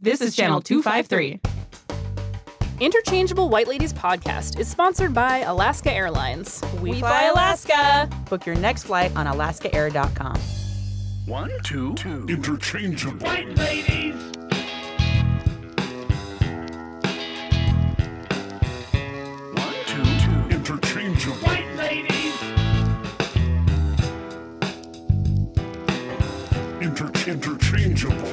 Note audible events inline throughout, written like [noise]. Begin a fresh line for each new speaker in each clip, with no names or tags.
This is Channel 253.
Interchangeable White Ladies podcast is sponsored by Alaska Airlines.
We fly Alaska. Book your next flight on alaskaair.com.
One, two, two.
interchangeable.
One, two, two.
Interchangeable. Inter- interchangeable.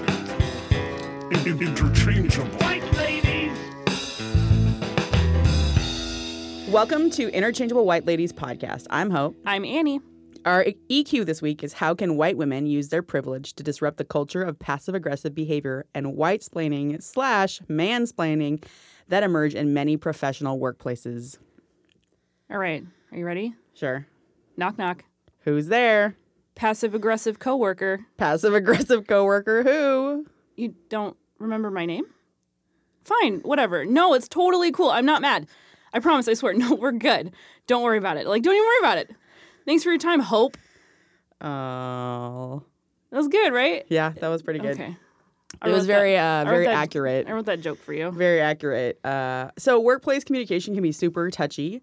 In- in- interchangeable.
Welcome to Interchangeable White Ladies Podcast. I'm Hope.
I'm Annie.
Our EQ this week is how can white women use their privilege to disrupt the culture of passive aggressive behavior and white splaining slash mansplaining that emerge in many professional workplaces.
All right, are you ready?
Sure.
Knock knock.
Who's there?
Passive aggressive coworker.
Passive aggressive coworker who?
You don't remember my name? Fine, whatever. No, it's totally cool. I'm not mad. I promise, I swear. [laughs] No, we're good. Don't worry about it. Like, don't even worry about it. Thanks for your time, Hope.
Oh.
That was good, right?
Yeah, that was pretty good.
Okay. I
It was
wrote
very
that-
uh
wrote
very
that-
accurate.
I wrote that joke for you.
Very accurate. Uh, so workplace communication can be super touchy,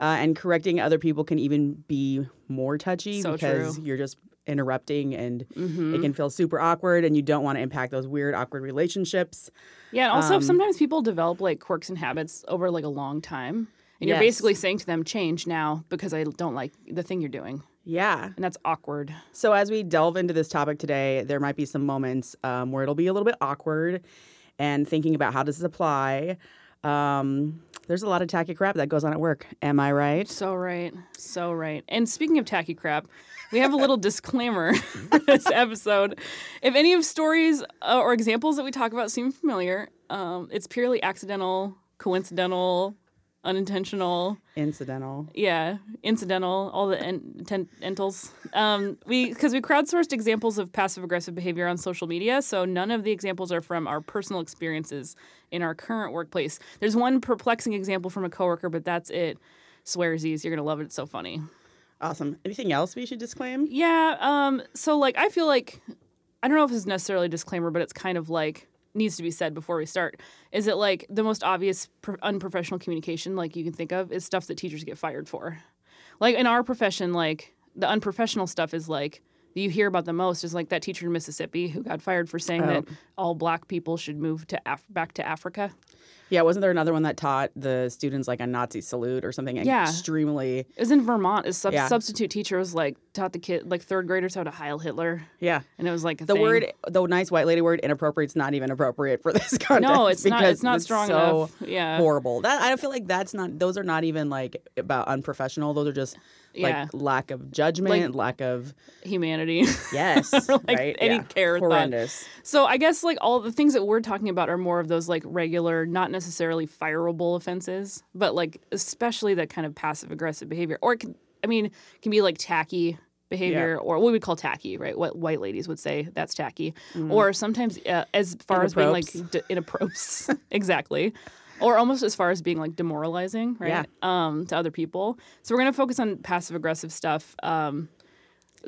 uh, and correcting other people can even be more touchy
So
because
true. Mm-hmm.
you're just interrupting, and it can feel super awkward, and you don't want to impact those weird awkward relationships.
Yeah, and also
Um,
sometimes people develop like quirks and habits over like a long time. And you're
Yes.
basically saying to them, change now because I don't like the thing you're doing.
Yeah.
And that's awkward.
So as we delve into this topic today, there might be some moments um, where it'll be a little bit awkward, and thinking about how does this apply. Um, there's a lot of tacky crap that goes on at work. Am I right?
So right. So right. And speaking of tacky crap, we have a little disclaimer [laughs] for this episode. If any of stories uh, or examples that we talk about seem familiar, um, it's purely accidental, coincidental, unintentional.
Incidental.
yeah, incidental, all the en- ten- entals. Um, we because we crowdsourced examples of passive aggressive behavior on social media, so none of the examples are from our personal experiences in our current workplace. There's one perplexing example from a coworker, but that's it. Swearsies, you're gonna love it. It's so funny.
Awesome. Anything else we should disclaim?
Yeah. Um. So like, I feel like I don't know if it's necessarily a disclaimer, but it's kind of like needs to be said before we start. Is it like the most obvious pro- unprofessional communication like you can think of is stuff that teachers get fired for? Like in our profession, like the unprofessional stuff is like that you hear about the most is like that teacher in Mississippi who got fired for saying
Oh.
that all black people should move to Af- back to Africa.
Yeah, wasn't there another one that taught the students like a Nazi salute or something?
Yeah.
Extremely.
It was in Vermont. A sub-
Yeah.
substitute teacher was like taught the kid like third graders how to Heil Hitler,
Yeah.
and it was like a
The
thing.
word, the nice white lady word, inappropriate's not even appropriate for [laughs] this context.
No, it's not.
because
It's not strong
so
enough. Yeah.
Horrible. That I feel like that's not. Those are not even like about unprofessional. Those are just like
Yeah.
lack of judgment,
[laughs]
lack of
humanity.
yes, right?
any
Yeah.
care or thought.
Horrendous.
so I guess like all the things that we're talking about are more of those like regular, not necessarily fireable offenses, but like especially that kind of passive aggressive behavior. Or it can, I mean, it can be like tacky behavior or what we call tacky, right? What white ladies would say that's tacky.
Mm-hmm.
Or sometimes uh, as far as being like d- inappropriate, [laughs] exactly. Or almost as far as being like demoralizing, right?
Yeah.
Um, to other people. So we're gonna focus on passive aggressive stuff. Um,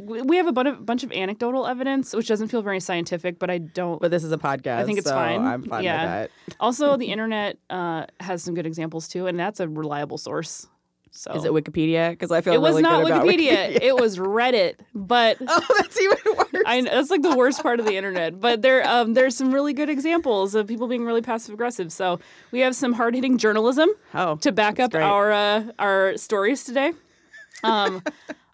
we we have a bun- a bunch of anecdotal evidence, which doesn't feel very scientific, but I don't.
But this is a podcast.
I think it's
so
fine.
I'm fine
yeah.
with that.
also, the internet uh, has some good examples too, and that's a reliable source. So
Is it Wikipedia? Because I feel
Oh. It was
really
not
good about
Wikipedia. It was Reddit, but
[laughs] Oh, that's even worse.
I, that's like the worst part of the internet. But there, um, there's some really good examples of people being really passive aggressive. So we have some hard hitting journalism [laughs]
Oh,
to back
that's
up
great.
our uh, our stories today.
[laughs]
Um,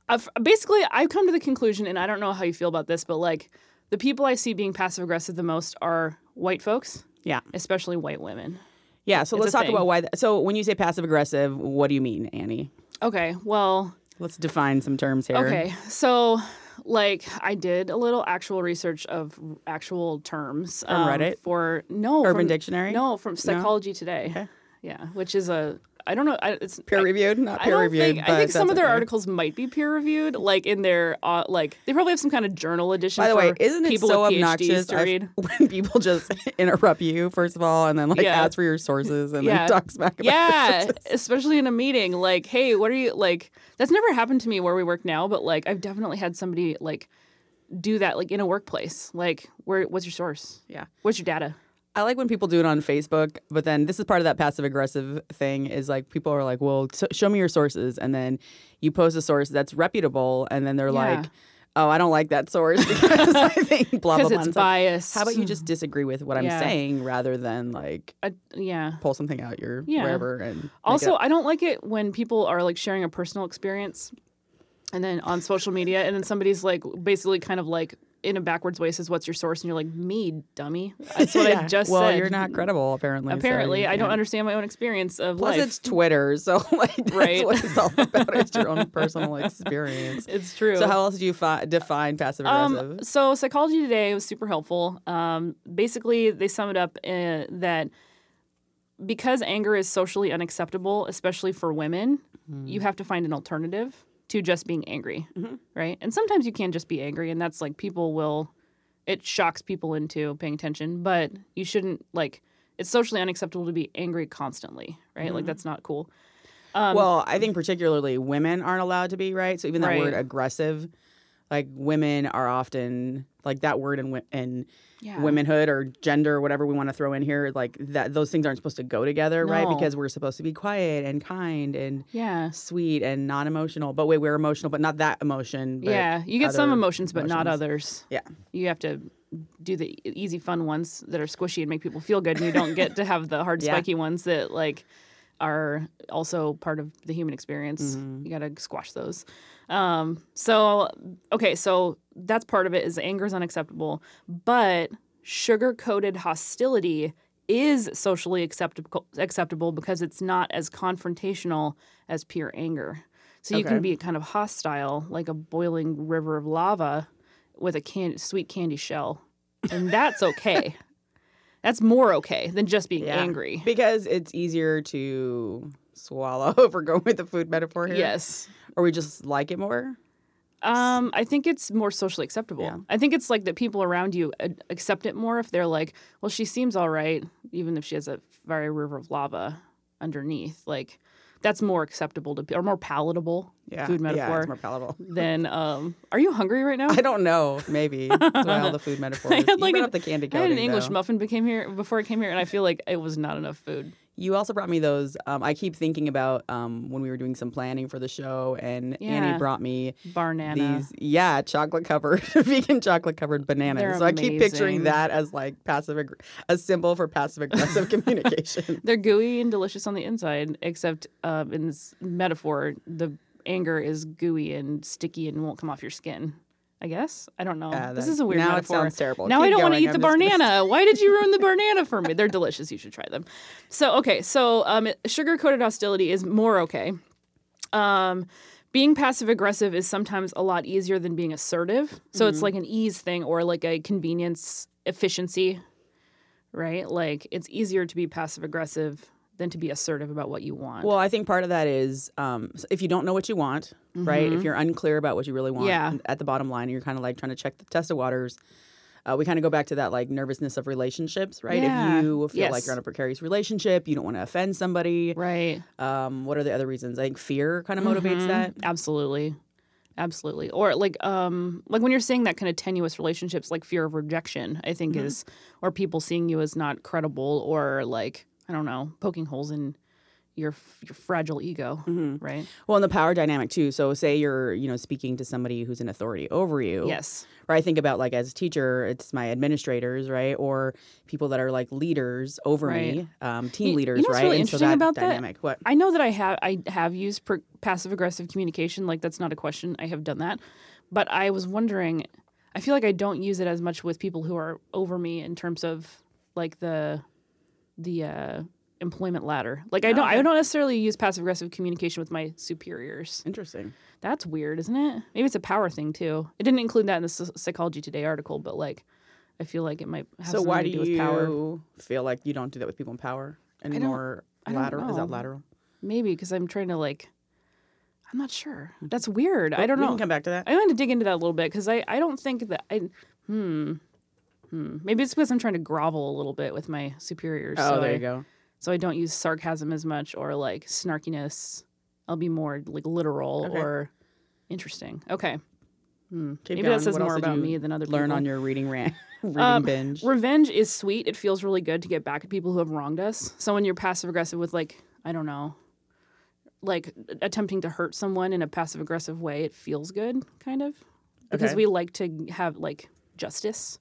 I've- basically, I've come to the conclusion, and I don't know how you feel about this, but like the people I see being passive aggressive the most are white folks,
Yeah.
especially white women.
Yeah, so
It's
let's
a
talk
thing.
about why. Th- so when you say passive aggressive, what do you mean, Annie?
Okay, well,
Let's define some terms here.
Okay, so like I did a little actual research of actual terms from
Reddit?
for no
Urban
from-
Dictionary?
No, from Psychology Today. Yeah, which is a I don't know. I, it's
Peer
I-
reviewed, not
I
peer
don't
reviewed.
think I
but
think some
that's
of their
okay.
articles might be peer reviewed, like in their uh, like they probably have some kind of journal edition.
By the way,
for
isn't it
people
so
with PhDs
obnoxious
to
I've-
read?
[laughs] when people just [laughs] interrupt you first of all, and then like
Yeah.
ask for your sources and
Yeah.
then talk smack about your
Yeah,
sources?
especially in a meeting. Like, hey, what are you like? That's never happened to me where we work now, but like, I've definitely had somebody like do that, like in a workplace. Like, where? What's your source?
Yeah.
What's your data?
I like when people do it on Facebook, but then this is part of that passive aggressive thing is like people are like, well, so show me your sources. And then you post a source that's reputable. And then they're
Yeah.
like, oh, I don't like that source [laughs] because I think blah, blah,
'Cause
blah.
it's
And like,
biased.
How about you just disagree with what
Hmm. Yeah.
I'm saying rather than like
I, Uh, yeah.
pull something out your
Yeah.
wherever and make
Also,
it-
I don't like it when people are like sharing a personal experience and then on social media, and then somebody's like basically kind of like in a backwards way says, What's your source? And you're like, Me, dummy. That's
[laughs]
what I
Yeah.
just
well,
said.
you're not credible apparently. so
Apparently,
you
I don't
can't.
understand my own experience of
Plus,
life.
it's Twitter, so [laughs] like that's
Right.
what it's
[laughs]
all about. It's your own personal experience.
It's true.
So, how else do you fi- define passive aggressive?
Um, so psychology today was super helpful. Um, basically, they sum it up uh, that because anger is socially unacceptable, especially for women, you have to find an alternative to just being angry, right? And sometimes you can just be angry, and that's like people will. It shocks people into paying attention, but you shouldn't like. It's socially unacceptable to be angry constantly, right? Like that's not cool. um,
well, I think particularly women aren't allowed to be right. So even that
Right.
word aggressive, like women are often like that word and and
Yeah.
womanhood or gender, whatever we want to throw in here, like that those things aren't supposed to go together, right?
No.
Because we're supposed to be quiet and kind and
Yeah.
sweet and non emotional. But wait, we're emotional, but not that emotion. But
yeah, you get some
other
emotions, but not
emotions.
others.
Yeah.
you have to do the e- easy, fun ones that are squishy and make people feel good, and you don't get to have the hard,
Yeah.
spiky ones that like are also part of the human experience.
Mm-hmm.
You got to squash those. Um, so okay, so that's part of it. Is anger is unacceptable, but sugar coated hostility is socially acceptable acceptable because it's not as confrontational as pure anger. So you
Okay.
can be kind of hostile, like a boiling river of lava with a can- sweet candy shell. And that's
[laughs]
okay. that's more okay than just being
Yeah.
angry.
Because it's easier to swallow [laughs] if we're going with the food metaphor here.
Yes.
Or we just like it more.
Um, I think it's more socially acceptable.
Yeah.
I think it's like that people around you uh, accept it more if they're like, well, she seems all right, even if she has a fiery river of lava underneath. Like, that's more acceptable to, or more
[laughs]
palatable food metaphor
Yeah, it's more palatable. [laughs]
than, um, are you hungry right now?
I don't know. Maybe that's why
[laughs]
all the food metaphors. I
had, like,
you brought
an-
up the candy
I
coating.
had an English
though.
muffin became here before I came here, and I feel like it was not enough food.
You also brought me those. Um, I keep thinking about um, when we were doing some planning for the show, and
Yeah.
Annie brought me
Barnana.
these, yeah, chocolate covered, [laughs] vegan chocolate covered bananas.
They're
so I keep picturing
amazing.
that as like passive, aggr- a symbol for passive [laughs] aggressive communication.
They're gooey and delicious on the inside, except um, in this metaphor, the anger is gooey and sticky and won't come off your skin. I guess I don't know.
Yeah,
this
Ah, that-
is a weird
now it
metaphor.
sounds terrible.
Now I
Keep
don't want to
going,
eat the
I'm just gonna- [laughs]
banana. Why did you ruin the banana for me? They're delicious. You should try them. So okay, so um, sugar coated hostility is more okay. Um, being passive aggressive is sometimes a lot easier than being assertive. So
Mm-hmm.
it's like an ease thing or like a convenience efficiency right? Like it's easier to be passive aggressive than to be assertive about what you want.
Well, I think part of that is um, s- if you don't know what you want, right? If you're unclear about what you really want,
Yeah.
and at the bottom line, you're kind of like trying to check the test of waters. Uh, we kind of go back to that like nervousness of relationships, right?
Yeah.
If you feel like
Yes.
you're in a precarious relationship, you don't want to offend somebody.
right.
Um, what are the other reasons? I think fear kind of motivates
Mm-hmm.
that.
Absolutely. Absolutely. Or like um like when you're saying that kind of tenuous relationships like fear of rejection, I think
Mm-hmm.
is or people seeing you as not credible or like I don't know, poking holes in your your fragile ego, right?
Well, and the power dynamic too. So, say you're you know speaking to somebody who's an authority over you.
Yes.
Or I think about like as a teacher, it's my administrators, right? Or people that are like leaders over me, um, team
You- you
leaders,
know what's
right?
really
and so
interesting
that
about that?
dynamic. What?
I know that I have I have used per- passive aggressive communication. Like that's not a question. I have done that, but I was wondering. I feel like I don't use it as much with people who are over me in terms of like the the uh, employment ladder. Like I don't I don't necessarily use passive aggressive communication with my superiors.
Interesting.
That's weird, isn't it? Maybe it's a power thing too. It didn't include that in the Psy- Psychology Today article, but like I feel like it might have
so
something
why
to
do
do
you
with power.
feel like you don't do that with people in power and
don't-
more
I don't
lateral? Is that
know.
lateral?
Maybe because I'm trying to like. I'm not sure. That's weird. I don't
we
know.
Can come back to that.
I want to dig into that a little bit because I, I don't think that I hmm hmm maybe it's because I'm trying to grovel a little bit with my superiors. so I,
Oh, go.
So I don't use sarcasm as much or like snarkiness. I'll be more like literal
Okay.
or interesting. Okay,
Keep
maybe
going.
that says
What else
more
did
about
you
me than other
Learn
people.
on your reading rant. [laughs] Reading
Um,
binge.
Revenge is sweet. It feels really good to get back at people who have wronged us. So when you're passive aggressive with like, I don't know, like attempting to hurt someone in a passive aggressive way, it feels good, kind of. Because
Okay.
we like to have like justice,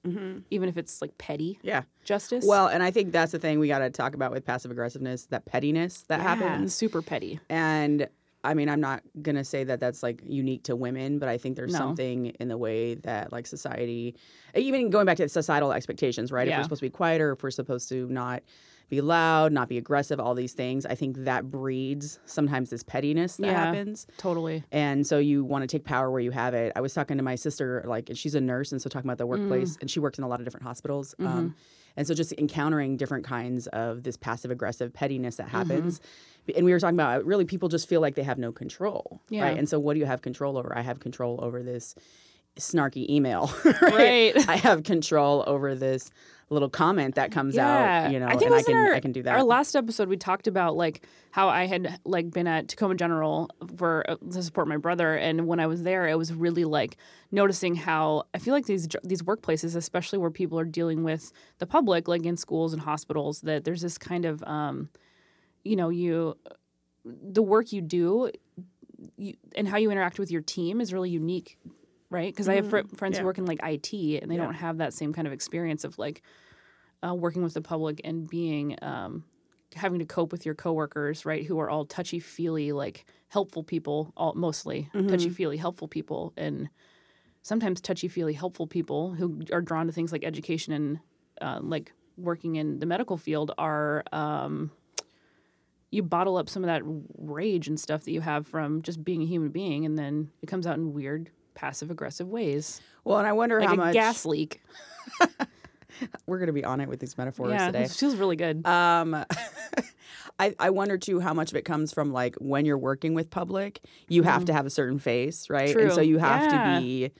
even if it's like petty
yeah.
justice.
Well, and I think that's the thing we got to talk about with passive aggressiveness, that pettiness that
Yeah,
happens.
super petty.
And I mean, I'm not going to say that that's like unique to women, but I think there's
No.
something in the way that like society, even going back to societal expectations, right? If
Yeah.
we're supposed to be quieter, if we're supposed to not be loud, not be aggressive, all these things, I think that breeds sometimes this pettiness that
Yeah.
happens.
Totally.
and so you want to take power where you have it. I was talking to my sister, like, and she's a nurse, and so talking about the workplace,
Mm.
and she works in a lot of different hospitals.
Mm-hmm.
Um, and so just encountering different kinds of this passive aggressive pettiness that happens.
Mm-hmm.
And we were talking about uh, really people just feel like they have no control,
Yeah.
right? And so what do you have control over? I have control over this snarky email, [laughs]
Right.
I have control over this little comment that comes out, you know,
I think
and
it
I
was in
can
our,
I can do that.
Our last episode, we talked about like how I had like been at Tacoma General for uh, to support my brother, and when I was there, it was really like noticing how I feel like these jo- these workplaces, especially where people are dealing with the public, like in schools and hospitals, that there's this kind of um, you know, you the work you do you, and how you interact with your team is really unique, right? Because I have fr- friends
Mm-hmm. yeah.
who work in like IT and they don't have that same kind of experience of like uh, working with the public and being um, having to cope with your coworkers, right? Who are all touchy feely, like helpful people, all, mostly
Mm-hmm.
touchy feely, helpful people, and sometimes touchy feely, helpful people who are drawn to things like education and uh, like working in the medical field are. Um, you bottle up some of that rage and stuff that you have from just being a human being, and then it comes out in weird, passive aggressive ways,
well, and I wonder
like
how
a
much
gas leak.
we're going to be on it with these metaphors
Yeah,
today.
it feels really good.
Um, [laughs] I, I wonder too how much of it comes from like when you're working with public, you have to have a certain face, right? And
Mm-hmm.
so
True.
you have
Yeah.
to be,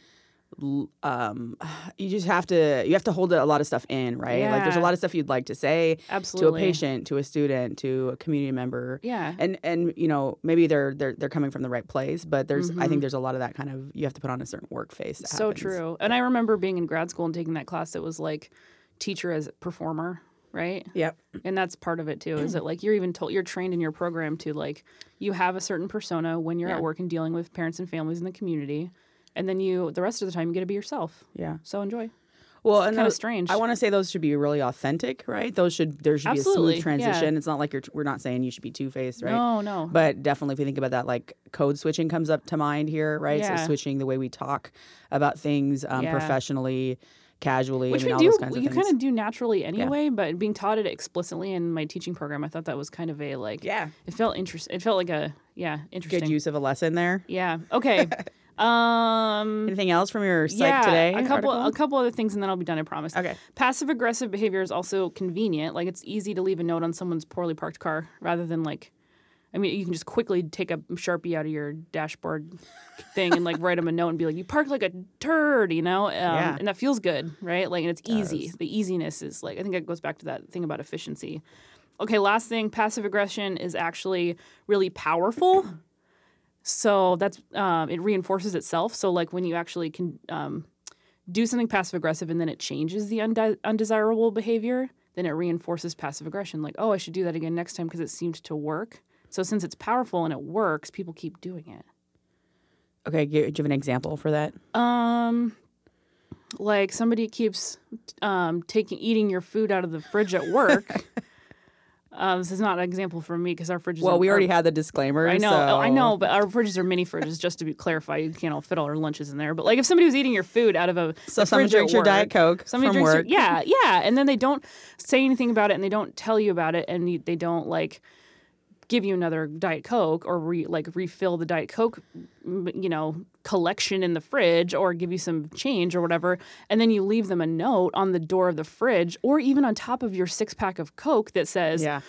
l- um, [sighs] you just have to you have to hold a lot of stuff in, right? Like there's a
Yeah.
lot of stuff you'd like to say
Absolutely.
to a patient, to a student, to a community member,
Yeah.
And and you know maybe they're they're they're coming from the right place, but there's I think there's a lot of that kind of you have to put on a certain work face. that
Mm-hmm. so
happens.
true. And I remember being in grad school and taking that class that was like teacher as performer, right?
Yep.
And that's part of it too, is that like you're even told you're trained in your program to like you have a certain persona when you're
Yeah.
at work and dealing with parents and families in the community. And then you the rest of the time you get to be yourself.
Yeah.
So enjoy.
Well, and
kinda
those-
strange.
I want to say those should be really authentic, right? Those should there should be
Absolutely,
a smooth
yeah.
transition. It's not like you're we're not saying you should be two faced, right?
No, no.
But definitely, if you think about that, like code switching comes up to mind here, right? So
Yeah.
switching the way we talk about things um,
Yeah.
professionally, casually,
Which
I mean, all
we
those
do
kinds of
you
things.
kind of do naturally anyway, but being taught it explicitly in my teaching program, I thought that was kind of a like
yeah,
it felt interesting it felt like a yeah, interesting. Mm.
good use of a lesson there.
Yeah.
[laughs]
Okay. um
Anything else from your site
yeah,
today?
A couple
article?
a couple other things and then I'll be done, I promise.
Okay.
Passive aggressive behavior is also convenient. Like it's easy to leave a note on someone's poorly parked car rather than like I mean, you can just quickly take a Sharpie out of your dashboard thing and like write them a note and be like, "You parked like a turd," you know, um,
Yeah.
and that feels good, right? Like, and it's easy. The easiness is like, I think it goes back to that thing about efficiency. Okay, last thing, passive aggression is actually really powerful. So that's um, it reinforces itself. So like when you actually can um, do something passive aggressive and then it changes the unde- undesirable behavior, then it reinforces passive aggression. Like oh, I should do that again next time because it seemed to work. So since it's powerful and it works, people keep doing it.
okay, gi- do you have an example for that?
Um, like somebody keeps um, taking eating your food out of the fridge at
[laughs]
work. uh, this is not an example from me because our fridges.
Well,
are-
we already
are-
had the disclaimer.
I know, oh,
so-
I know, but our fridges are mini fridges. Just to be clarified, you can't all fit all our lunches in there. But like, if somebody was eating your food out of a
So
the
someone
fridge at
drinks your
work,
Diet Coke
somebody
from
drinks
work.
Your,
[laughs]
yeah, yeah, and then they don't say anything about it, and they don't tell you about it, and you, they don't like give you another diet coke or re, like refill the diet coke m- you know collection in the fridge or give you some change or whatever and then you leave them a note on the door of the fridge or even on top of your six pack of coke that says
Yeah.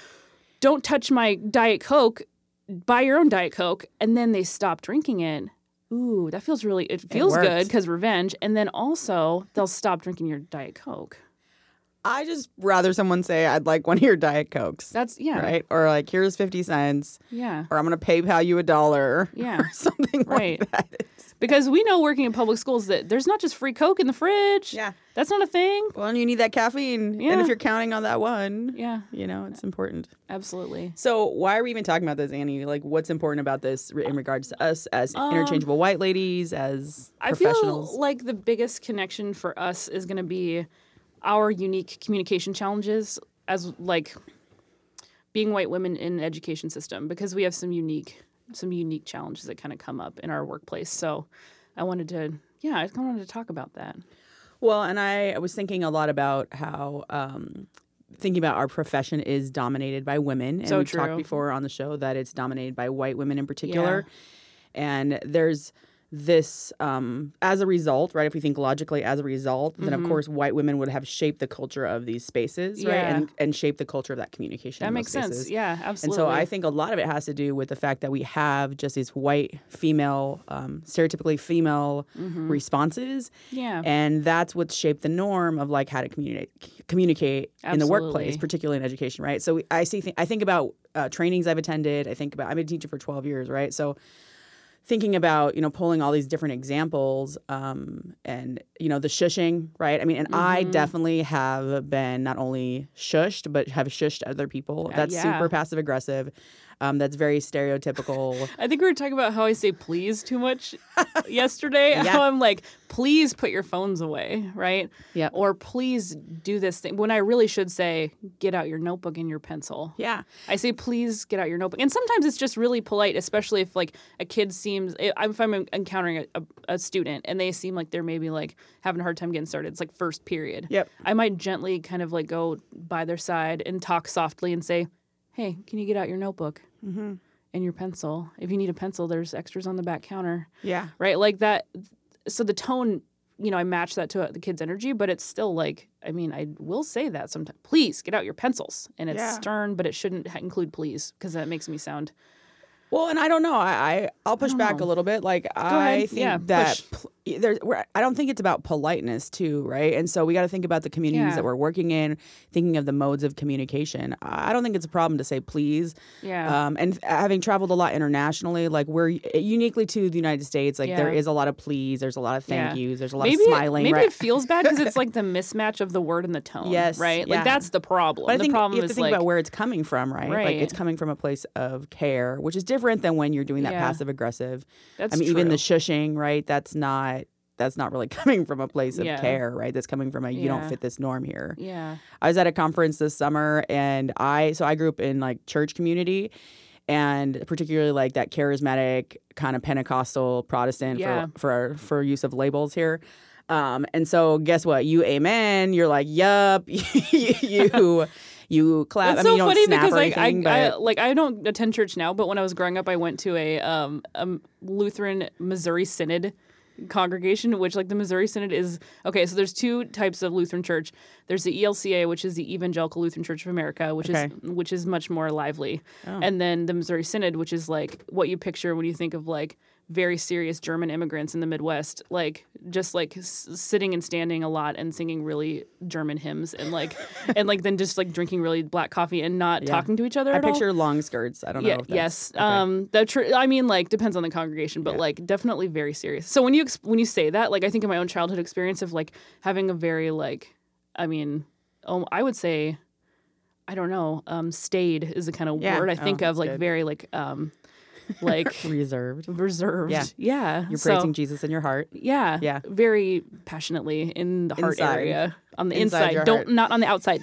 don't touch my diet coke buy your own diet coke and then they stop drinking it ooh that feels really it feels
worked.
good because revenge and then also they'll stop drinking your diet coke
I just rather someone say, I'd like one of your Diet Cokes.
That's yeah.
Right? Or like, here's 50 cents,
Yeah.
or I'm going to PayPal you a dollar.
Yeah.
Or [laughs] something
Right.
like that. It's-
Because we know working in public schools that there's not just free Coke in the fridge.
Yeah.
That's not a thing.
Well, and you need that caffeine. And
Yeah.
if you're counting on that one,
Yeah,
you know, it's important.
absolutely.
So, why are we even talking about this, Annie? Like, what's important about this re- in regards to us as interchangeable white ladies, as
Um, I
professionals?
feel like the biggest connection for us is going to be our unique communication challenges as like being white women in the education system because we have some unique some unique challenges that kind of come up in our workplace. So I wanted to yeah, I kind of wanted to talk about that.
Well, and I, I was thinking a lot about how um, thinking about our profession is dominated by women. And
So
we
true.
talked before on the show that it's dominated by white women in particular. And there's this, um, as a result, right? If we think logically as a result, then
Mm-hmm.
of course white women would have shaped the culture of these spaces, right?
Yeah.
And, and shaped the culture of that communication.
That
in those
makes sense.
spaces.
Yeah,
And
absolutely.
so I think a lot of it has to do with the fact that we have just these white female, um, stereotypically female
Mm-hmm.
responses.
Yeah.
And that's what's shaped the norm of like how to communicate communicate in the workplace,
Absolutely.
particularly in education, right? So we- I see. Th- I think about uh, trainings I've attended. I think about. I've been a teacher for twelve years, right? So thinking about you know pulling all these different examples um, and you know the shushing right i mean and i definitely have been not only shushed but have shushed other people that's
yeah.
super passive aggressive um, that's very stereotypical
I think we were talking about how I say please too
[laughs]
much yesterday.
Yeah.
How I'm like, please put your phones away, right?
Yeah.
Or please do this thing. When I really should say, get out your notebook and your pencil.
yeah
I say, please get out your notebook. And sometimes it's just really polite, especially if like a kid seems, i- if I'm encountering a, a, a student and they seem like they're maybe like having a hard time getting started. It's like first period.
Yep.
I might gently kind of like go by their side and talk softly and say, hey, can you get out your notebook? and your pencil. If you need a pencil, there's extras on the back counter,
yeah
right? Like that. So the tone, you know, I match that to uh, the kid's energy, but it's still like, I mean, I will say that sometimes. Please get out your pencils, and it's
Yeah.
stern, but it shouldn't ha- include please because that makes me sound.
Well, and I don't know. I, I I'll push back a little bit. Like I
Oh. ahead.
think
Yeah,
that
push.
pl- there, we're, I don't think it's about politeness too, right? And so we got to think about the communities
Yeah.
that we're working in, thinking of the modes of communication. I I don't think it's a problem to say please.
Yeah.
Um, and having traveled a lot internationally, like we're eh, uniquely to the United States, like there
Yeah.
is a lot of please, there's a lot of thank
Yeah.
yous, there's a lot
Maybe
of
it,
smiling,
maybe
right?
it feels bad because
[laughs]
it's like the mismatch of the word and the tone.
Yes,
Right.
yeah.
Like that's the problem.
But I
the
think
problem
you have
is
to think
like
about where it's coming from, right? Like
Right.
it's coming from a place of care, which is different than when you're doing that
Yeah.
passive aggressive.
that's
I mean, even the
true.
shushing, right? That's not that's not really [laughs] coming from a place of
Yeah.
care, right? That's coming from a you don't
Yeah.
fit this norm here.
yeah.
I was at a conference this summer and I so I grew up in like church community and particularly like that charismatic kind of Pentecostal Protestant
Yeah.
for for for use of labels here. Um, and so guess what? You amen, you're like, yup, [laughs]
[laughs]
you you clap.
It's
Uh,
so
I mean you don't
funny
snap
because
or
like
anything,
I,
but
I like I don't attend church now, but when I was growing up, I went to a um a Lutheran Missouri Synod congregation, which like the Missouri Synod is okay. So there's two types of Lutheran church. There's the E ELCA, which is the Evangelical Lutheran Church of America, which
Okay. Oh.
is which is much more lively, and then the Missouri Synod, which is like what you picture when you think of like very serious German immigrants in the Midwest, like just like s- sitting and standing a lot and singing really German hymns and like and like then just like drinking really black coffee and not talking to each other
I
at all.
picture long skirts. I don't
Yeah.
know if
Yes.
that's
Um. The tr- I mean, like, depends on the congregation, but like, definitely very serious. So when you ex- when you say that, like, I think of my own childhood experience of like having a very like, I mean, um, I would say, I don't know, um, staid is the kind of
Yeah.
word I
Oh,
think of,
that's
like
good.
very like,
[laughs]
um, like
reserved.
reserved.
Yeah.
Yeah.
You're
so-
praising Jesus in your heart.
Yeah.
Yeah.
Very passionately in the heart
Inside.
area. On the
Inside
inside.
your
Don't
heart.
not on the outside.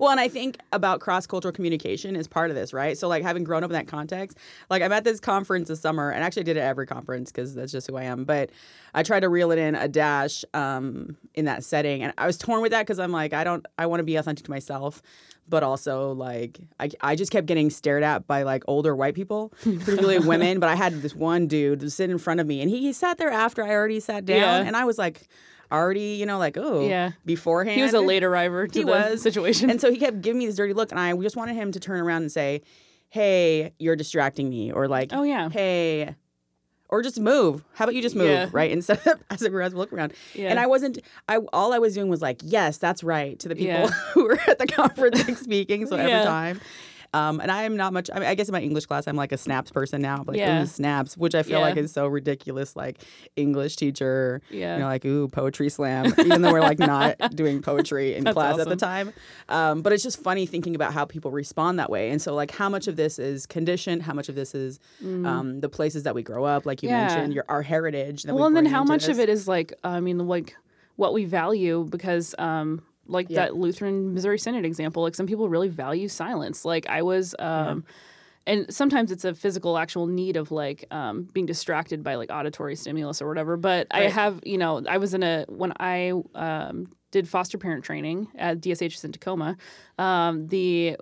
Well, and I think about cross cultural communication is part of this, right? So, like, having grown up in that context, like, I'm at this conference this summer, and actually, I did it at every conference because that's just who I am. But I tried to reel it in a dash um, in that setting, and I was torn with that because I'm like, I don't, I want to be authentic to myself, but also like, I, I just kept getting stared at by like older white people, [laughs] particularly women. But I had this one dude who sit in front of me, and he, he sat there after I already sat down,
Yeah.
and I was like, already, you know, like, oh,
Yeah.
beforehand.
He was a late arriver to
He
the
was.
situation.
And so he kept giving me this dirty look, and I just wanted him to turn around and say, "Hey, you're distracting me," or like,
Oh, yeah.
hey, or just move. How about you just move,
Yeah.
right? [laughs] Instead of passing around, look around.
Yeah.
And I wasn't. I all I was doing was like, yes, that's right, to the people
Yeah.
[laughs] who were at the conference like, speaking. So
Yeah.
every time. Um, and I am not much. I mean, I guess in my English class, I'm like a snaps person now. Like,
Yeah.
ooh, snaps, which I feel like
Yeah.
is so ridiculous. Like, English teacher,
Yeah.
you know, like, ooh, poetry slam, even though we're
[laughs]
like not doing poetry in
That's
class at the
awesome.
time. Um, but it's just funny thinking about how people respond that way. And so, like, how much of this is conditioned? How much of this is um, the places that we grow up, like you
Mm. Yeah.
mentioned, your our heritage? That we
well, and then
bring
how
into
much of
this?
it is like I mean, like what we value because um like
Yeah.
that Lutheran Missouri Synod example, like some people really value silence. Like I was um and sometimes it's a physical actual need of like um being distracted by like auditory stimulus or whatever, but I
Right.
have, you know, I was in a when I um did foster parent training at DSHS in Tacoma, um the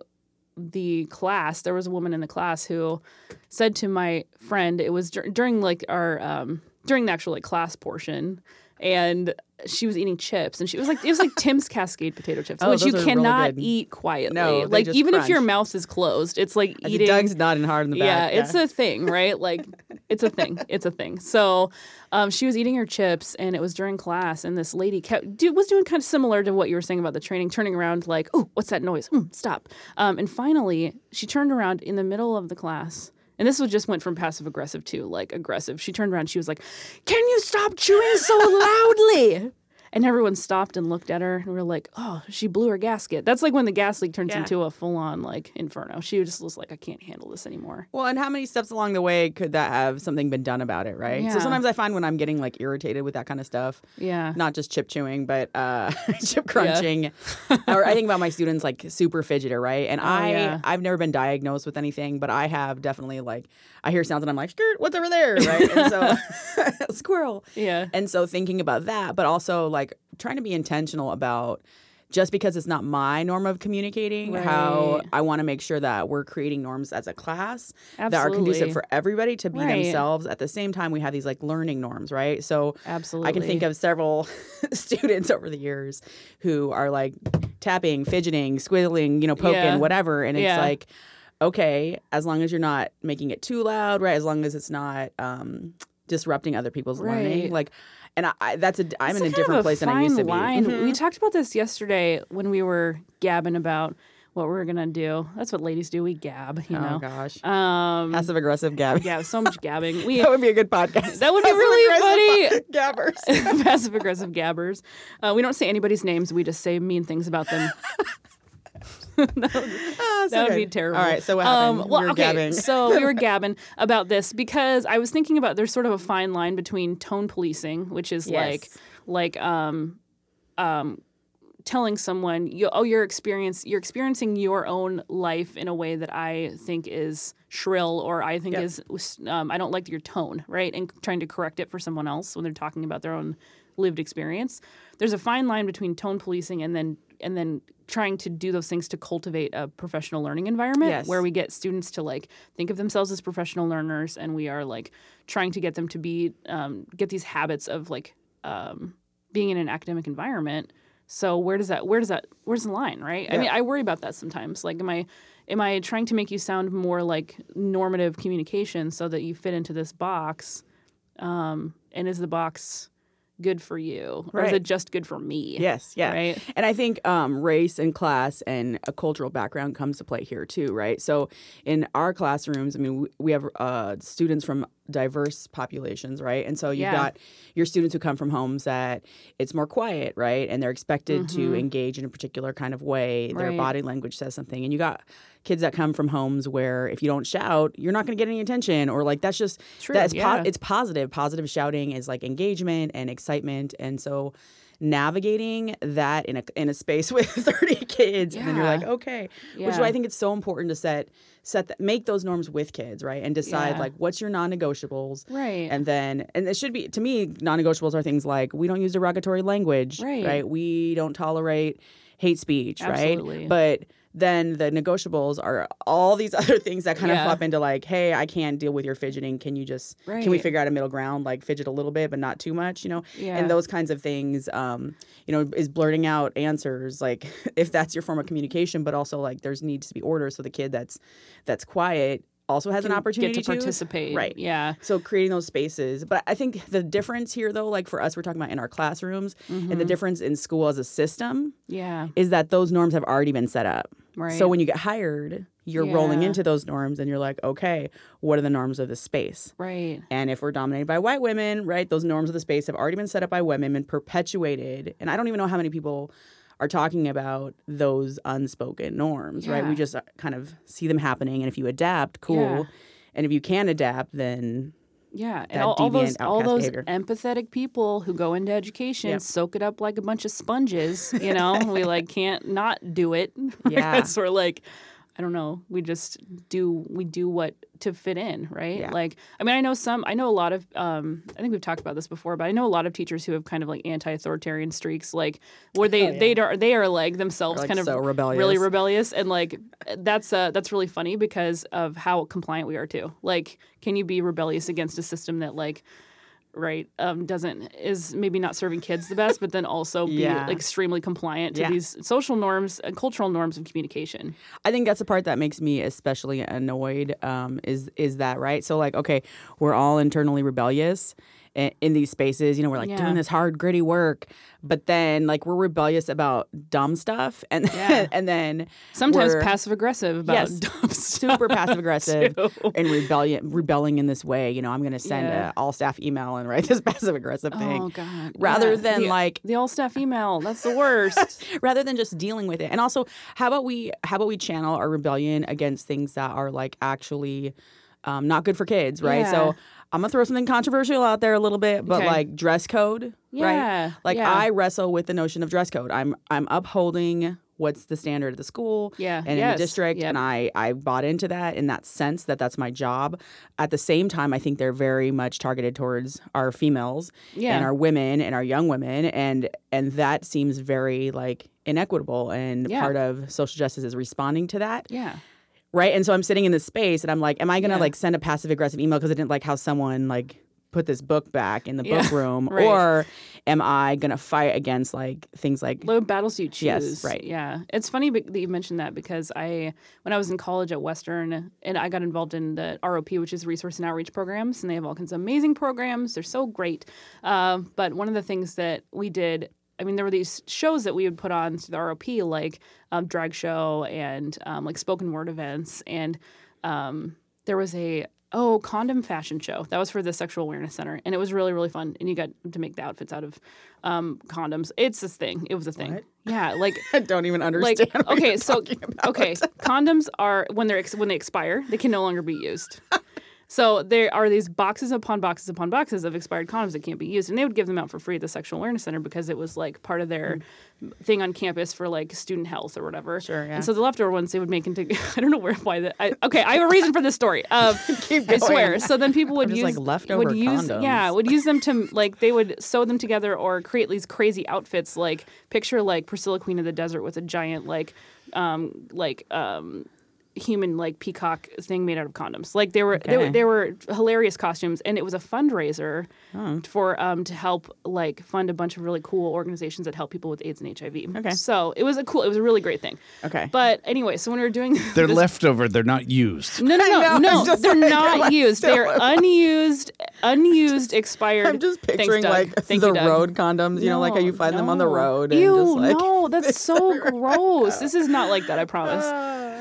the class, there was a woman in the class who said to my friend, it was dur- during like our um, during the actual like class portion, and she was eating chips, and she was like, it was like Tim's Cascade potato chips,
Oh,
which you
those are really
cannot
good.
eat quietly.
No, they
like
just
even if your
crunch.
mouth is closed, it's like
I think
eating.
Doug's nodding hard in the
Yeah,
back.
it's a thing, right? Like, it's a thing. It's a thing. So, um, she was eating her chips, and it was during class, and this lady kept do, was doing kind of similar to what you were saying about the training, turning around like, "Oh, what's that noise? Mm, stop!" Um, and finally, she turned around in the middle of the class. And this was just went from passive aggressive to like aggressive. She turned around. She was like, "Can you stop chewing so loudly?" And everyone stopped and looked at her, and we are like, "Oh, she blew her gasket." That's like when the gas leak turns
Yeah.
into a full-on like inferno. She just was like, "I can't handle this anymore."
Well, and how many steps along the way could that have something been done about it, right? So
Yeah.
sometimes I find when I'm getting like irritated with that kind of stuff,
Yeah.
not just chip chewing, but uh, [laughs]
[laughs]
chip crunching. or I think about my students like super fidgeter, right? And I
Oh, yeah.
I've never been diagnosed with anything, but I have definitely like I hear sounds and I'm like, skirt, what's over there, right? And so [laughs] squirrel.
Yeah.
And so thinking about that, but also like trying to be intentional about just because it's not my norm of communicating, how
Right.
I want to make sure that we're creating norms as a class that are
Absolutely.
conducive for everybody to be
Right.
themselves. At the same time, we have these like learning norms, right? So I can think
Absolutely.
of several [laughs] students over the years who are like tapping, fidgeting, squiggling, you know, poking,
Yeah.
whatever. And it's
Yeah.
like, okay, as long as you're not making it too loud, right? As long as it's not um, disrupting other people's learning,
Right.
like, and I, I that's a I'm
It's kind
in a
of
different place than I
fine
used to be. Mm-hmm.
line. We talked about this yesterday when we were gabbing about what we were gonna do. That's what ladies do. We gab, you
Oh
know.
gosh,
Um,
passive aggressive gabbing.
yeah, so much gabbing. We
[laughs] That would be a good podcast.
That would be really
Passive-aggressive [laughs]
[laughs]
gabbers.
passive aggressive gabbers. Uh, we don't say anybody's names. We just say mean things about them.
Ah, so
that would
good.
be terrible. Um,
All right, so what happened?
well,
we were
okay,
gabbing.
so we were
[laughs]
gabbing about this because I was thinking about there's sort of a fine line between tone policing, which is like
Yes.
like um um telling someone you oh your experience you're experiencing your own life in a way that I think is shrill or I think
Yep.
is um, I don't like your tone right and trying to correct it for someone else when they're talking about their own lived experience there's a fine line between tone policing and then and then trying to do those things to cultivate a professional learning environment
Yes.
where we get students to like think of themselves as professional learners and we are like trying to get them to be um, get these habits of like um, being in an academic environment so where does that where does that where's the line right i mean i worry about that sometimes like am i am i trying to make you sound more like normative communication so that you fit into this box um, and is the box good for you or is
Right.
it just good for me
Yes, yeah.
Right?
And I think um, race and class and a cultural background comes to play here too, right? So in our classrooms, I mean, we, we have uh, students from diverse populations, right? And so you've
Yeah.
got your students who come from homes that it's more quiet, right? And they're expected to
Mhm.
engage in a particular kind of way. Their
Right.
body language says something. And you got kids that come from homes where if you don't shout, you're not going to get any attention, or like that's just
True,
that's po-
yeah.
it's positive. Positive shouting is like engagement and excitement, and so navigating that in a in a space [laughs] with 30 kids and then you're
Yeah.
like okay which is why i
Yeah.
think it's so important to set set that make those norms with kids right and decide
Yeah.
like what's your non-negotiables
Right.
and then and it should be to me non-negotiables are things like we don't use derogatory language
Right.
we don't tolerate hate speech
Absolutely.
right but then the negotiables are all these [laughs] other things that kind
Yeah.
of flop into like hey i can't deal with your fidgeting can you just can we
Right.
figure out a middle ground like fidget a little bit but not too much you know
Yeah.
and those kinds of things um, you know is blurting out answers like [laughs] if that's your form of communication but also like there's needs to be order so the kid that's that's quiet also has an opportunity
get to participate.
Right.
Yeah.
So creating those spaces. But I think the difference here though, like for us, we're talking about in our classrooms and
Mm-hmm.
the difference in school as a system
Yeah.
is that those norms have already been set up.
Right.
So when you get hired, you're rolling
Yeah.
into those norms and you're like, okay, what are the norms of this space?
Right.
And if we're dominated by white women, right, those norms of the space have already been set up by women and perpetuated. And I don't even know how many people are talking about those unspoken norms, right? We
Yeah.
just uh, kind of see them happening. And if you adapt, cool.
Yeah.
And if you can adapt, then
Yeah,
that
and all, all
deviant
those all
outcast
those
behavior.
empathetic people who go into education
Yep.
soak it up like a bunch of sponges. You
[laughs]
know, we like can't not do it. [laughs]
Yeah.
because we're like, I don't know. We just do we do what to fit in, right?
Yeah.
Like, I mean, I know some. I know a lot of. Um, I think we've talked about this before, but I know a lot of teachers who have kind of like anti-authoritarian streaks, like
Oh,
where they they are they are like themselves
They're, like,
kind of
so
really
rebellious.
rebellious and like that's uh that's really funny because of how compliant we are too like can you be rebellious against a system that like right um doesn't is maybe not serving kids the best but then also be
Yeah.
extremely compliant to
Yeah.
these social norms and cultural norms of communication
I think that's the part that makes me especially annoyed. Um, is is that right? So like, okay, we're all internally rebellious in, in these spaces. You know, we're like
Yeah.
doing this hard, gritty work, but then like we're rebellious about dumb stuff, and [laughs]
Yeah.
and then
sometimes
we're
passive [laughs] aggressive about
Yes. [laughs]
dumb stuff
super passive aggressive
too.
and rebellion rebelling in this way. You know, I'm going to send
Yeah.
a all staff email and write [laughs] this passive aggressive thing.
Oh God!
Rather
Yeah.
than
The-
like
the all staff email, that's the worst.
rather than just dealing with it. And also, how about we how about we channel our rebellion against things that are like actually um, not good for kids, right?
Yeah.
So I'm gonna throw something controversial out there a little bit, but
Okay.
like dress code,
Yeah,
[laughs] right? Like
yeah.
I wrestle with the notion of dress code. I'm I'm upholding what's the standard of the school
Yeah,
and in the
yes,
district
yep.
and I I bought into that in that sense that that's my job at the same time I think they're very much targeted towards our females
Yeah.
and our women and our young women and and that seems very like inequitable and
Yeah.
part of social justice is responding to that
yeah,
right and so i'm sitting in this space and i'm like am i going to
Yeah.
like send a passive aggressive email because i didn't like how someone like put this book back in the
Yeah,
[laughs] book room
right.
or am i going to fight against like things like
load battles you choose.
Yes, right.
Yeah, it's funny be- that you mentioned that because I, when I was in college at Western, and I got involved in the ROP, which is resource and outreach programs, and they have all kinds of amazing programs. They're so great. Um, but one of the things that we did. I mean, there were these shows that we would put on to the ROP, like um, drag show and um, like spoken word events. And um, there was a oh condom fashion show that was for the sexual awareness center and it was really really fun and you got to make the outfits out of um, condoms it's this thing it was a thing yeah like
i don't even
like
understand what
okay
you're
so
talking about.
okay condoms are when they're ex- when they expire they can no longer be used so there are these boxes upon boxes upon boxes of expired condoms that can't be used and they would give them out for free at the sexual awareness center because it was like part of their thing on campus for like student health or whatever
Mm. Sure, yeah.
and so the leftover ones they would make into [laughs] i don't know where why that I, okay i have a reason for this story um,
[laughs] Keep
i swear
going.
so then people would
Just,
use
like, leftover
would use yeah
condoms.
would use them to like they would sew them together or create these crazy outfits like picture like priscilla queen of the desert with a giant like um like um human like peacock thing made out of condoms like they were they were
Okay.
they were hilarious costumes and it was a fundraiser
Oh.
for um to help like fund a bunch of really cool organizations that help people with aids and hiv
Okay.
so it was a cool it was a really great thing
[laughs] Okay.
but anyway so when we were doing [laughs]
They're
this-
leftover. They're not used.
no, no,
I
no,
know,
no.
it's just
They're
like,
not
I'm [laughs] like,
used.
still-
They're
[laughs]
unused, unused, expired.
I'm just
Thanks,
picturing
Doug.
like
Thank
the
you, Doug.
road condoms, you know, like how you
No,
find them on the
no.
road. And
Ew,
just like, [laughs]
no, that's so gross. This is not like that. I promise.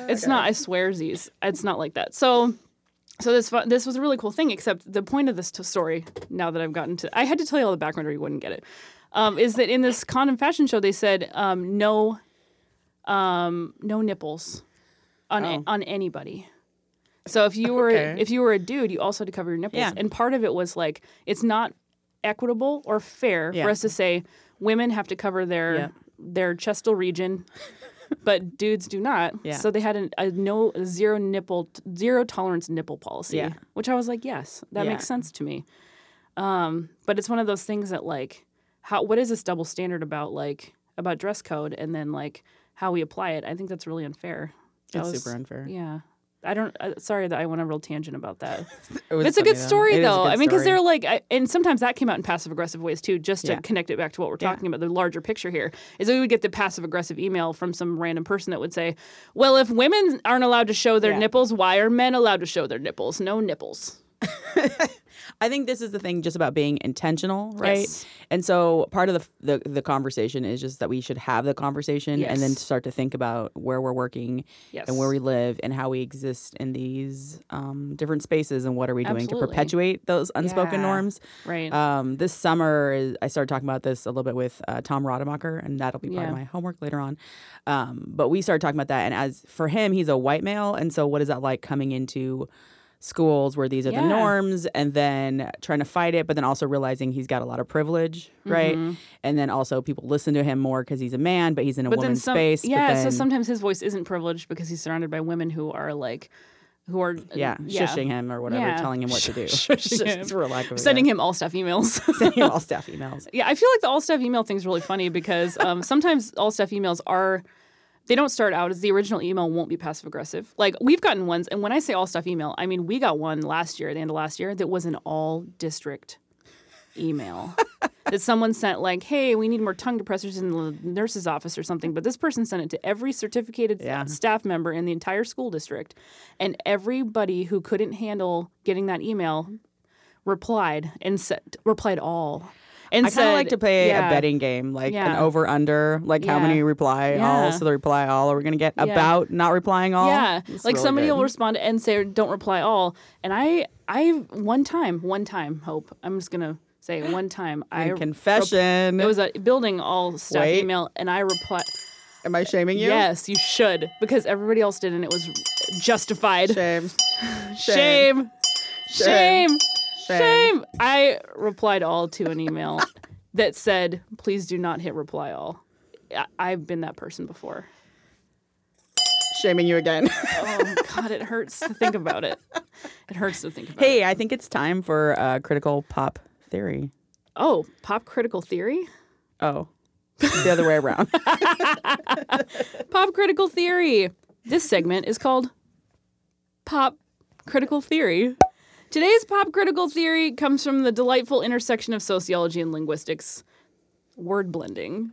It's not. I swear, Z's. It's not like that. So, so this fu- this was a really cool thing. Except the point of this t- story, now that I've gotten to, I had to tell you all the background or you wouldn't get it. Um, is that in this condom fashion show they said um, no, um, no nipples on a-
Oh.
on anybody. So if you were
Okay.
if you were a dude, you also had to cover your nipples.
Yeah.
And part of it was like it's not equitable or fair
Yeah.
for us to say women have to cover their
Yep.
their chestal region, but dudes do not.
Yeah.
So they had an, a no a zero nipple zero tolerance nipple policy,
Yeah.
which I was like, yes, that
Yeah.
makes sense to me. Um, but it's one of those things that like how what is this double standard about like about dress code and then like how we apply it? I think that's really unfair. That
It's
was-
super unfair.
Yeah. I don't. Uh, sorry that I went on a real tangent about
[laughs]
that.
It was
it's a good
funny,
story
It is a
though.
good
I mean, because
story.
they're like, I, and sometimes that came out in passive aggressive ways too. Just to
Yeah.
connect it back to what we're
Yeah.
talking about, the larger picture here is that we would get the passive aggressive email from some random person that would say, "Well, if women aren't allowed to show their
Yeah.
nipples, why are men allowed to show their nipples? No nipples."
I think this is the thing just about being intentional, right?
Yes.
And so part of the, the the conversation is just that we should have the conversation and then
Yes.
start to think about where we're working
Yes.
and where we live and how we exist in these um, different spaces and what are we doing to
Absolutely.
perpetuate those unspoken
Yeah.
norms.
Right.
Um, this summer, is- I started talking about this a little bit with uh, Tom Rademacher, and that'll be part of
Yeah.
my homework later on. Um, but we started talking about that, and as for him, he's a white male, and so what is that like coming into schools where these are the
Yeah.
norms, and then trying to fight it, but then also realizing he's got a lot of privilege, right?
Mm-hmm.
And then also people listen to him more because he's a man, but he's in a
but then
woman's
some,
space.
yeah.
but then,
so sometimes his voice isn't privileged because he's surrounded by women who are like, who are uh,
yeah, shushing him or whatever,
Yeah.
telling him what to do,
Shushing him.
[laughs] for lack of a-
sending
yeah.
him all stuff emails.
[laughs] sending him all staff emails.
Yeah, I feel like the all stuff email thing's really funny because um, sometimes all stuff emails are they don't start out as the original email won't be passive aggressive. Like we've gotten ones, and when I say all stuff email, I mean we got one last year at the end of last year that was an all district email that someone sent like, "Hey, we need more tongue depressors in the nurse's office or something." But this person sent it to every certificated
Yeah.
staff member in the entire school district, and everybody who couldn't handle getting that email replied and said replied all. And
I kind of like
said-
to play
yeah.
a betting game, like an
Yeah.
over under, like how
Yeah.
many reply all.
Yeah.
So the reply all are we gonna get
Yeah.
about not replying all?
Yeah,
It's
like
really
somebody
good.
will respond and say, "Don't reply all." And I, I one time, one time, hope I'm just gonna say one time. I
And confession.
It was a building all staff
Wait.
email, and I replied,
Am I shaming you?
"Yes, you should," because everybody else did, and it was justified.
Shame.
Shame.
Shame.
Shame.
Shame.
Shame. I replied all to an email [laughs] that said, "Please do not hit reply all." I- I've been that person before.
Shaming you again. [laughs]
Oh [laughs] God, it hurts to think about it. It hurts to think about. it.
hey, I think it's time for uh, critical pop theory.
Oh, pop critical theory?
Oh, the other way
[laughs]
around.
Pop critical theory. This segment is called Pop Critical Theory. Today's pop critical theory comes from the delightful intersection of sociology and linguistics word blending.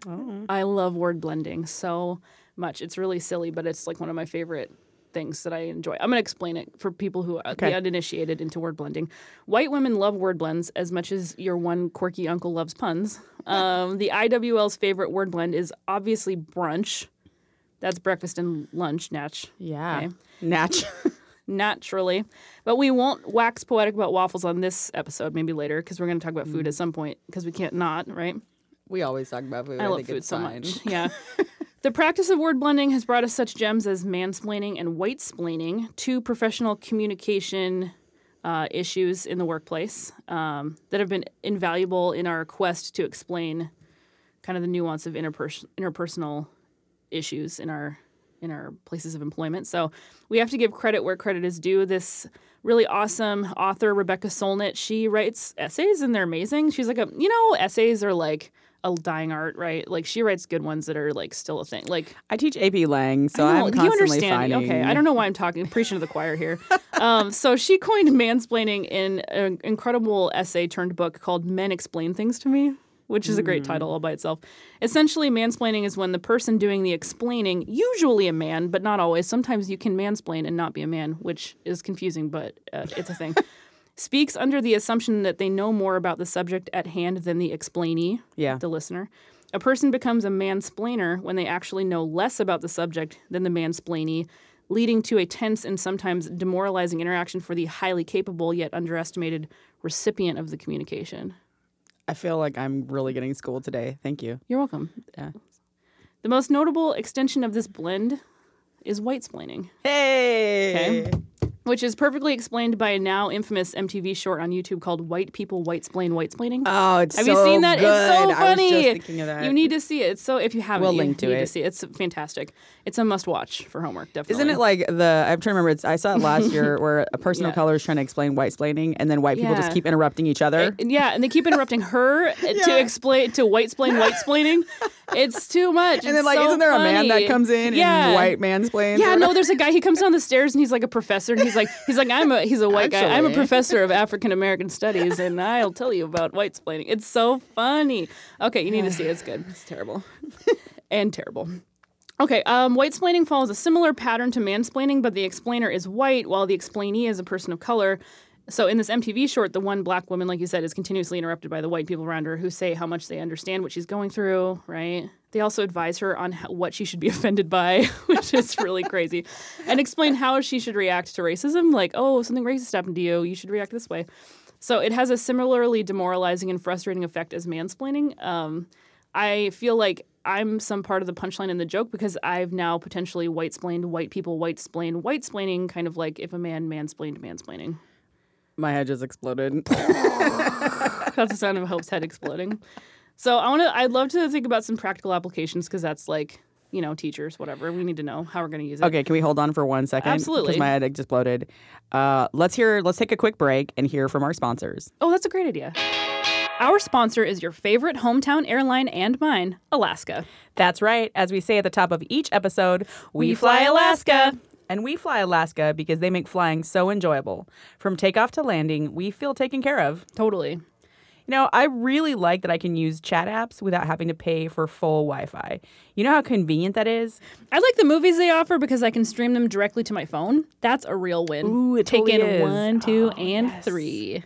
I love word blending so much. It's really silly, but it's like one of my favorite things that I enjoy. I'm going to explain it for people who are the uninitiated into word blending. White women love word blends as much as your one quirky uncle loves puns. Um, the IWL's favorite word blend is obviously brunch. That's breakfast and lunch, natch.
yeah.
Okay.
Natch.
Naturally. But we won't wax poetic about waffles on this episode, maybe later, because we're going to talk about food at some point, because we can't not, right?
[laughs] we always talk about food.
I, love food so much. Yeah. the practice of word blending has brought us such gems as mansplaining and whitesplaining, two professional communication uh, issues in the workplace um, that have been invaluable in our quest to explain kind of the nuance of interpers- interpersonal issues in our in our places of employment. So we have to give credit where credit is due. This really awesome author Rebecca Solnit, she writes essays and they're amazing. She's like a you know essays are like a dying art, right? Like she writes good ones that are like still a thing. Like
I teach AP Lang, so
I know,
I'm constantly finding.
Okay, I don't know why I'm talking preaching to the choir here. Um, so she coined mansplaining in an incredible essay turned book called "Men Explain Things to Me." Which is a great
Hmm.
title all by itself. Essentially, mansplaining is when the person doing the explaining, usually a man, but not always, sometimes you can mansplain and not be a man, which is confusing, but uh, it's a thing, speaks under the assumption that they know more about the subject at hand than the explainee
Yeah.
the listener. A person becomes a mansplainer when they actually know less about the subject than the mansplainee, leading to a tense and sometimes demoralizing interaction for the highly capable yet underestimated recipient of the communication.
I feel like I'm really getting schooled today. Thank you.
You're welcome. Uh,
Yeah.
The most notable extension of this blend is whitesplaining.
Hey.
Which is perfectly explained by a now infamous MTV short on YouTube called "White People White Splain White Splaining."
Oh, it's
Have
so
you seen that?
Good.
It's so
I was
funny.
just thinking of that.
You need to see it. It's so if you haven't,
We'll
you
link to
need
it.
to see it. It's fantastic. It's a must watch for homework. Definitely.
Isn't it like the? I'm trying to remember. It's, I saw it last
[laughs]
year where a person of
Yeah.
color is trying to explain white splaining, and then white people just
Yeah.
keep interrupting each other. [laughs]
And yeah, and they keep interrupting her to explain to white explain white explaining, It's too much.
And then, like, isn't there a man that comes in and white mansplains?
Yeah,
or
no, there's a guy. He comes down the stairs and he's like a professor, and he's like, he's like, I'm a, he's a white guy. I'm a
Actually.
professor
[laughs]
of African American studies, and I'll tell you about white splaining. It's so funny. Okay, you need to see it. It's good
It's terrible.
and terrible. Okay, um, white splaining follows a similar pattern to mansplaining, but the explainer is white while the explainee is a person of color. So in this MTV short, the one black woman, like you said, is continuously interrupted by the white people around her who say how much they understand what she's going through, right? They also advise her on how, what she should be [laughs] offended by, which is really crazy, and explain how she should react to racism, like, oh, something racist happened to you, you should react this way. So it has a similarly demoralizing and frustrating effect as mansplaining. Um, I feel like I'm some part of the punchline in the joke because I've now potentially white splained white people, white splained, white splaining, kind of like if a man mansplained, mansplaining. [laughs]
My head just exploded.
That's the sound of Hope's head exploding. So I want to. I'd love to think about some practical applications because that's like you know teachers, whatever. We need to know how we're going to use it.
okay, can we hold on for one second? 'Cause
Absolutely.
my head exploded. Uh, let's hear. Let's take a quick break and hear from our sponsors.
Oh, that's a great idea. Our sponsor is your favorite hometown airline and mine, Alaska.
That's right. As we say at the top of each episode, we, fly Alaska. And we fly Alaska because they make flying so enjoyable. From takeoff to landing, we feel taken care of.
Totally.
You know, I really like that I can use chat apps without having to pay for full Wi Fi. You know how convenient that is?
I like the movies they offer because I can stream them directly to my phone. That's a real win.
Ooh, it
Take
totally
in
is.
one, two,
Oh,
and
yes.
three.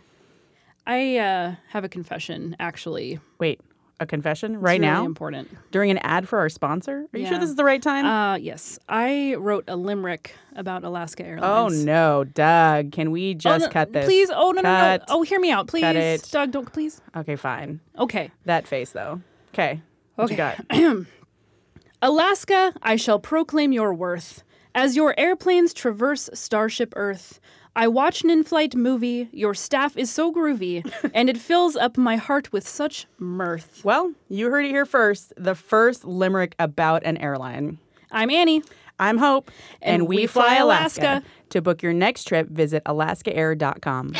I uh, have a confession, actually. It's
Wait, a confession right
really
now?
important.
During an ad for our sponsor? Are you sure
Yeah.
this is the right time?
Uh, yes, I wrote a limerick about Alaska
oh,
Airlines.
no, Doug. Can we
Oh,
just
no,
cut this?
Please. Oh no,
Cut.
no, no. Oh, hear me out, please.
it.
Doug, don't please.
Okay, fine.
Okay.
That face, though. Okay. What you got?
Alaska, I shall proclaim your worth. As your airplanes traverse starship Earth, I watch an in flight movie. Your staff is so [laughs] groovy, and it fills up my heart with such mirth.
well, you heard it here first the first limerick about an airline.
I'm Annie.
I'm Hope, and, we, fly Alaska.
Alaska.
To book your next trip, visit alaskaair.com.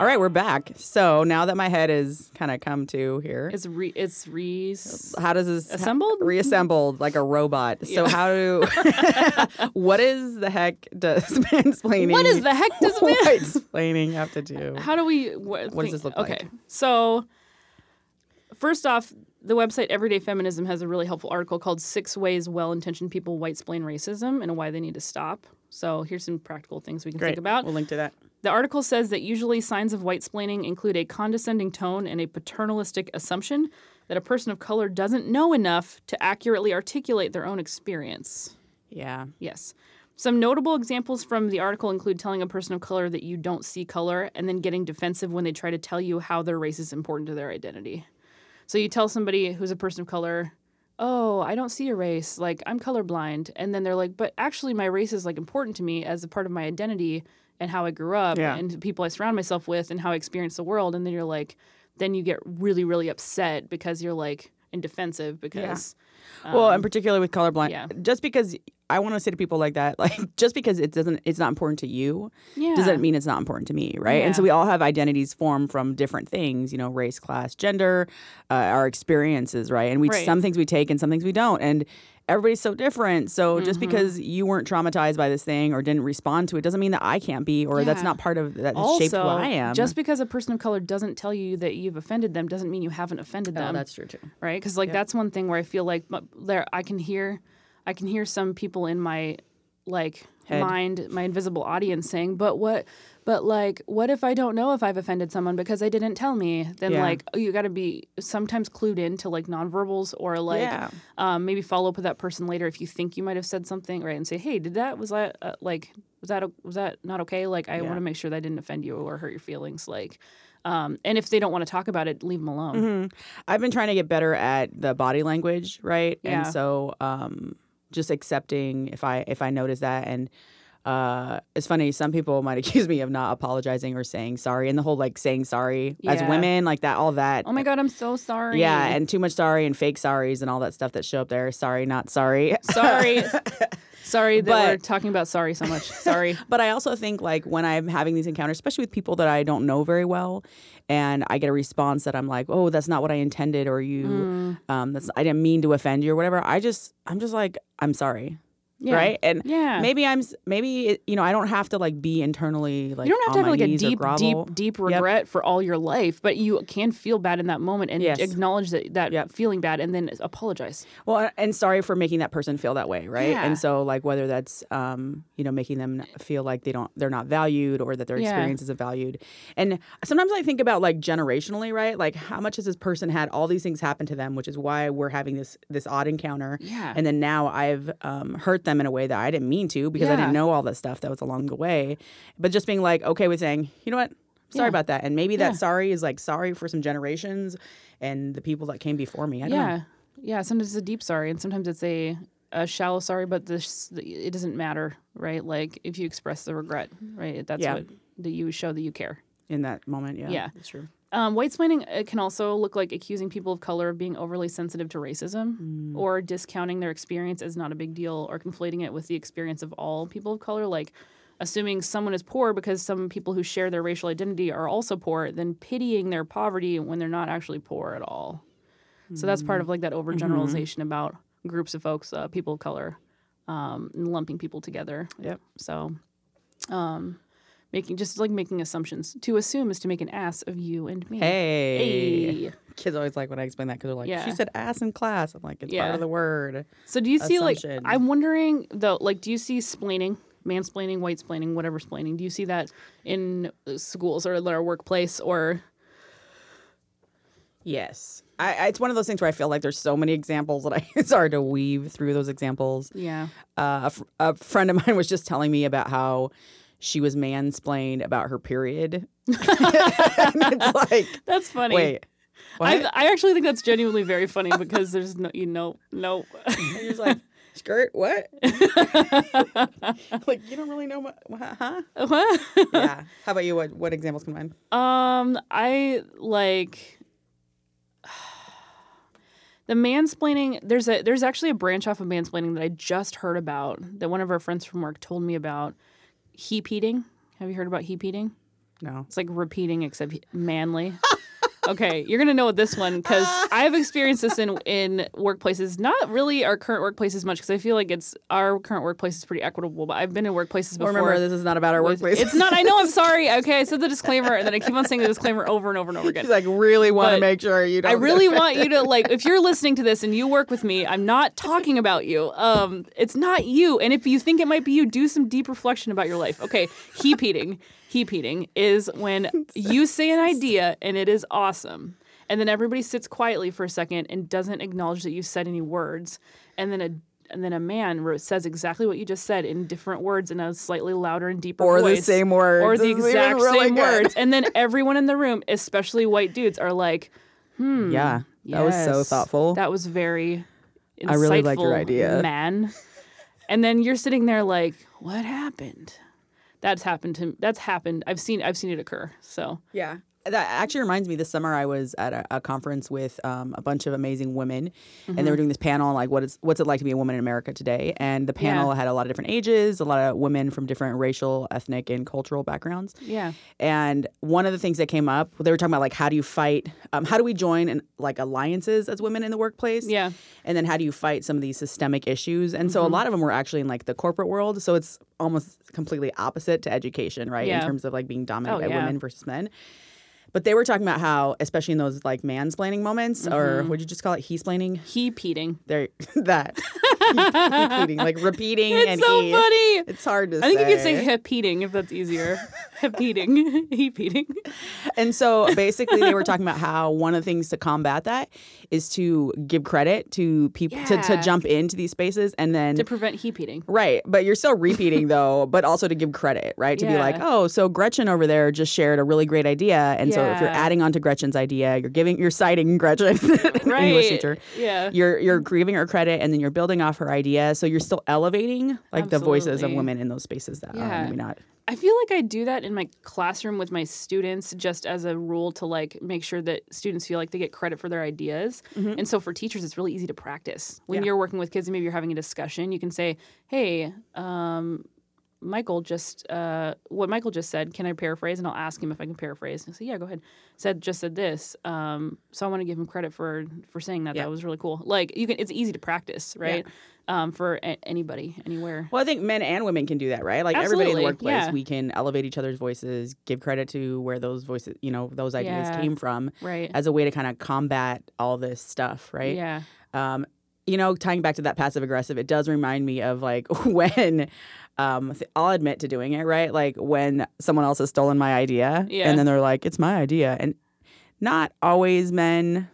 All right, we're back. So now that my head is kind of come to here,
It's re. It's re. s-
how does this
Assembled?
reassembled like a robot? So
[laughs]
how do? [laughs] what is the heck does [laughs] mansplaining?
What is the heck
[laughs]
does man?
white splaining have to do?
How do we? What,
What does this look like?
Okay, so first off, the website Everyday Feminism has a really helpful article called Six Ways Well-Intentioned People White Splain Racism and Why They Need to Stop. So here's some practical things we can think about.
We'll link to that.
The article says that usually signs of white splaining include a condescending tone and a paternalistic assumption that a person of color doesn't know enough to accurately articulate their own experience.
Yeah.
Yes. Some notable examples from the article include telling a person of color that you don't see color and then getting defensive when they try to tell you how their race is important to their identity. So you tell somebody who's a person of color, "Oh, I don't see your race. Like I'm colorblind." And then they're like, "But actually my race is like important to me as a part of my identity and how I grew up
Yeah.
and the people I surround myself with and how I experience the world." And then you're like, then you get really really upset because you're like and defensive because
well, and particularly with colorblind,
Um, yeah.
just because I want to say to people like that, [laughs] like just because it doesn't, it's not important to you,
Yeah.
doesn't mean it's not important to me, right? And so
Yeah.
we all have identities formed from different things, you know, race, class, gender, uh, our experiences, right? And we
Right.
some things we take and some things we don't, and everybody's so different. So just
Mm-hmm.
because you weren't traumatized by this thing or didn't respond to it, doesn't mean that I can't be or that's
Yeah.
not part of that
also,
shaped who I am.
Just because a person of color doesn't tell you that you've offended them doesn't mean you haven't
Oh,
offended them.
true too.
right. Because like that's one thing where I feel like m- there I can hear, I can hear some people in my like mind, my invisible audience saying, "But what? But like, what if I don't know if I've offended someone because they didn't tell me?" Then
Yeah.
like, oh, you got to be sometimes clued in to like nonverbals or like
Yeah.
um, maybe follow up with that person later if you think you might have said something, right? And say, "Hey, did that? Was that uh, like was that o- was that not okay? Like, I want to make sure that I didn't offend you or hurt your feelings." Like, um, and if they don't want to talk about it, leave them alone.
Mm-hmm. I've been trying to get better at the body language, right?
Yeah.
And so um just accepting if I if I notice that and Uh, it's funny. Some people might [laughs] accuse me of not apologizing or saying sorry, and the whole like saying sorry as
Yeah.
women, like that, all that.
Oh my god, I'm so sorry.
Yeah, and too much sorry and fake sorries and all that stuff that show up there. Sorry, not sorry. [laughs]
sorry, sorry that
But-
we're talking about sorry so
[laughs]
much. Sorry.
But I also think like when I'm having these encounters, especially with people that I don't know very well, and I get a response that I'm like, "Oh, that's not what I intended," or "You,
Mm,
um, that's I didn't mean to offend you," or whatever. I just, I'm just like, I'm sorry,
Yeah.
right? And
Yeah.
maybe I'm, s- maybe it- you know, I don't have to like be internally like
you don't have to
on
have like
my
a
knees or
deep, deep,
grovel.
deep
Yep.
regret for all your life, but you can feel bad in that moment and
Yes.
acknowledge that that
Yep.
feeling bad and then apologize.
Well, and sorry for making that person feel that way, right?
Yeah.
And so, like, whether that's, um, you know, making them feel like they don't, they're not valued, or that their
Yeah.
experience isn't valued. And sometimes I think about like generationally, right? Like, how much has this person had all these things happen to them, which is why we're having this this odd encounter.
Yeah.
And then now I've um, hurt them in a way that I didn't mean to because I didn't
Yeah.
know all that stuff that was along the way. But just being like okay with saying, you know what. Sorry
Yeah.
about that, and maybe
Yeah.
that sorry is like sorry for some generations and the people that came before me. I don't know.
yeah. Yeah. Sometimes it's a deep sorry, and sometimes it's a, a shallow sorry, but this it doesn't matter, right? Like if you express the regret, right? That's
Yeah.
what that you show that you care.
in that moment. Yeah,
Yeah.
that's true.
Um, white splaining uh, can also look like accusing people of color of being overly sensitive to racism or discounting their experience as not a big deal or conflating it with the experience of all people of color. Like assuming someone is poor because some people who share their racial identity are also poor, then pitying their poverty when they're not actually poor at all. So that's part of like that overgeneralization about groups of folks, uh, people of color, um, and lumping people together.
Yep.
So um, making just like making assumptions. To assume is to make an ass of you and me.
Hey.
Hey.
Kids always like when I explain that because they're like,
Yeah.
she said ass in class. I'm like, it's part
Yeah.
of the word.
So do you see like
Assumption.
I'm wondering though, like do you see splaining, mansplaining, white splaining, whatever splaining? Do you see that in uh, schools or in our workplace or
Yes. I, I, it's one of those things where I feel like there's so many examples that I, [laughs] it's hard to weave through those examples.
yeah.
Uh, a, fr- a friend of mine was just telling me about how she was mansplained about her period. [laughs] and it's like,
That's [laughs] funny.
wait, what?
I, I actually think that's genuinely very funny because there's no you know no [laughs]
And you're just like, skirt, what? [laughs] like, you don't really know what, huh?
Uh.
yeah. How about you? What, what examples come to mind?
Um, I like [sighs] the mansplaining. There's a there's actually a branch off of mansplaining that I just heard about that one of our friends from work told me about. Heap eating. Have you heard about heap eating?
No.
It's like repeating except he- manly. okay, you're gonna know this one
[laughs]
because I've experienced this in in workplaces. Not really our current workplaces much because I feel like it's our current workplace is pretty equitable. But I've been in workplaces before.
Remember, this is not about our
with-
workplace.
It's not. I know. I'm sorry. Okay, I said the disclaimer, and then I keep on saying the disclaimer over and over and over again.
[laughs] [laughs] She's like, really want to
But
make sure you don't.
I
get
really
offended."
want you to like if you're listening to this and you work with me, I'm not talking about you. Um it's not you. And if you think it might be you, do some deep reflection about your life. Okay, heap eating. Heap eating is
[laughs]
when you say an idea and it is awesome. And then everybody sits quietly for a second and doesn't acknowledge that you said any words. And then a and then a man wrote, says exactly what you just said in different words in a slightly louder and deeper
Or the
voice.
same words.
Or the
This is even
exact
really
same
good.
words. And then everyone in the room, especially white dudes, are like,
Yeah, that was so
Yes.
thoughtful.
That was very insightful.
I really like your idea.
man. And then you're sitting there like, what happened? That's happened to that's happened. I've seen I've seen it occur. So
yeah. That actually reminds me. This summer, I was at a, a conference with um, a bunch of amazing women, and they were doing this panel on like what is what's it like to be a woman in America today. And the panel had a lot of different ages, a lot of women from different racial, ethnic, and cultural backgrounds.
yeah.
And one of the things that came up, they were talking about like how do you fight, um, how do we join and like alliances as women in the workplace?
Yeah. Mm-hmm.
And then how do you fight some of these systemic issues? And so a lot of them were actually in like the corporate world. So it's almost completely opposite to education, right?
Yeah.
In terms of like being dominated
Oh,
by
yeah.
women versus men. But they were talking about how, especially in those like mansplaining moments,
Mm-hmm.
or would you just call it he-splaining?
He peating.
There, [laughs]
[laughs]
that repeating, like repeating
It's
and
so
eat.
funny.
It's hard to
I think
say. [laughs]
you could say hip eating if that's easier. Hepeating. [laughs] Hepeating. [laughs]
And so basically, they were talking about how one of the things to combat that is to give credit to people to, to
Yeah.
jump into these spaces and then.
to prevent hepeating.
Right, but you're
[laughs]
still repeating though, but also to give credit, right? To be like,
Yeah.
oh, so Gretchen over there just shared a really great idea, and so if you're
Yeah.
adding on to Gretchen's idea, you're giving, you're citing Gretchen, [laughs] an
Right.
English teacher.
Yeah.
You're you're giving her credit, and then you're building off her idea, so you're still elevating like the voices of
Absolutely.
women in those spaces that are
Yeah.
maybe not.
I feel like I do that in my classroom with my students just as a rule to like make sure that students feel like they get credit for their ideas. And so for teachers it's really easy to practice. When
Mm-hmm. Yeah.
you're working with kids and maybe you're having a discussion, you can say, "Hey, um Michael just uh, what Michael just said. Can I paraphrase? And I'll ask him if I can paraphrase. And say, yeah, go ahead. Said just said this. Um, so I want to give him credit for for saying that.
Yeah.
That was really cool. Like you can, it's easy to practice, right? Um, for a- anybody, anywhere.
Well, I think men and women can do that, right? Like everybody in the
Absolutely,
workplace,
yeah.
we can elevate each other's voices, give credit to where those voices, you know, those ideas
Yeah.
came from,
Right.
as a way to kind of combat all this stuff, right?
Yeah.
Um, you know, tying back to that passive aggressive, it does remind me of like [laughs] when um, th- I'll admit to doing it, right? Like when someone else has stolen my idea
Yeah.
and then they're like, it's my idea. And not always men,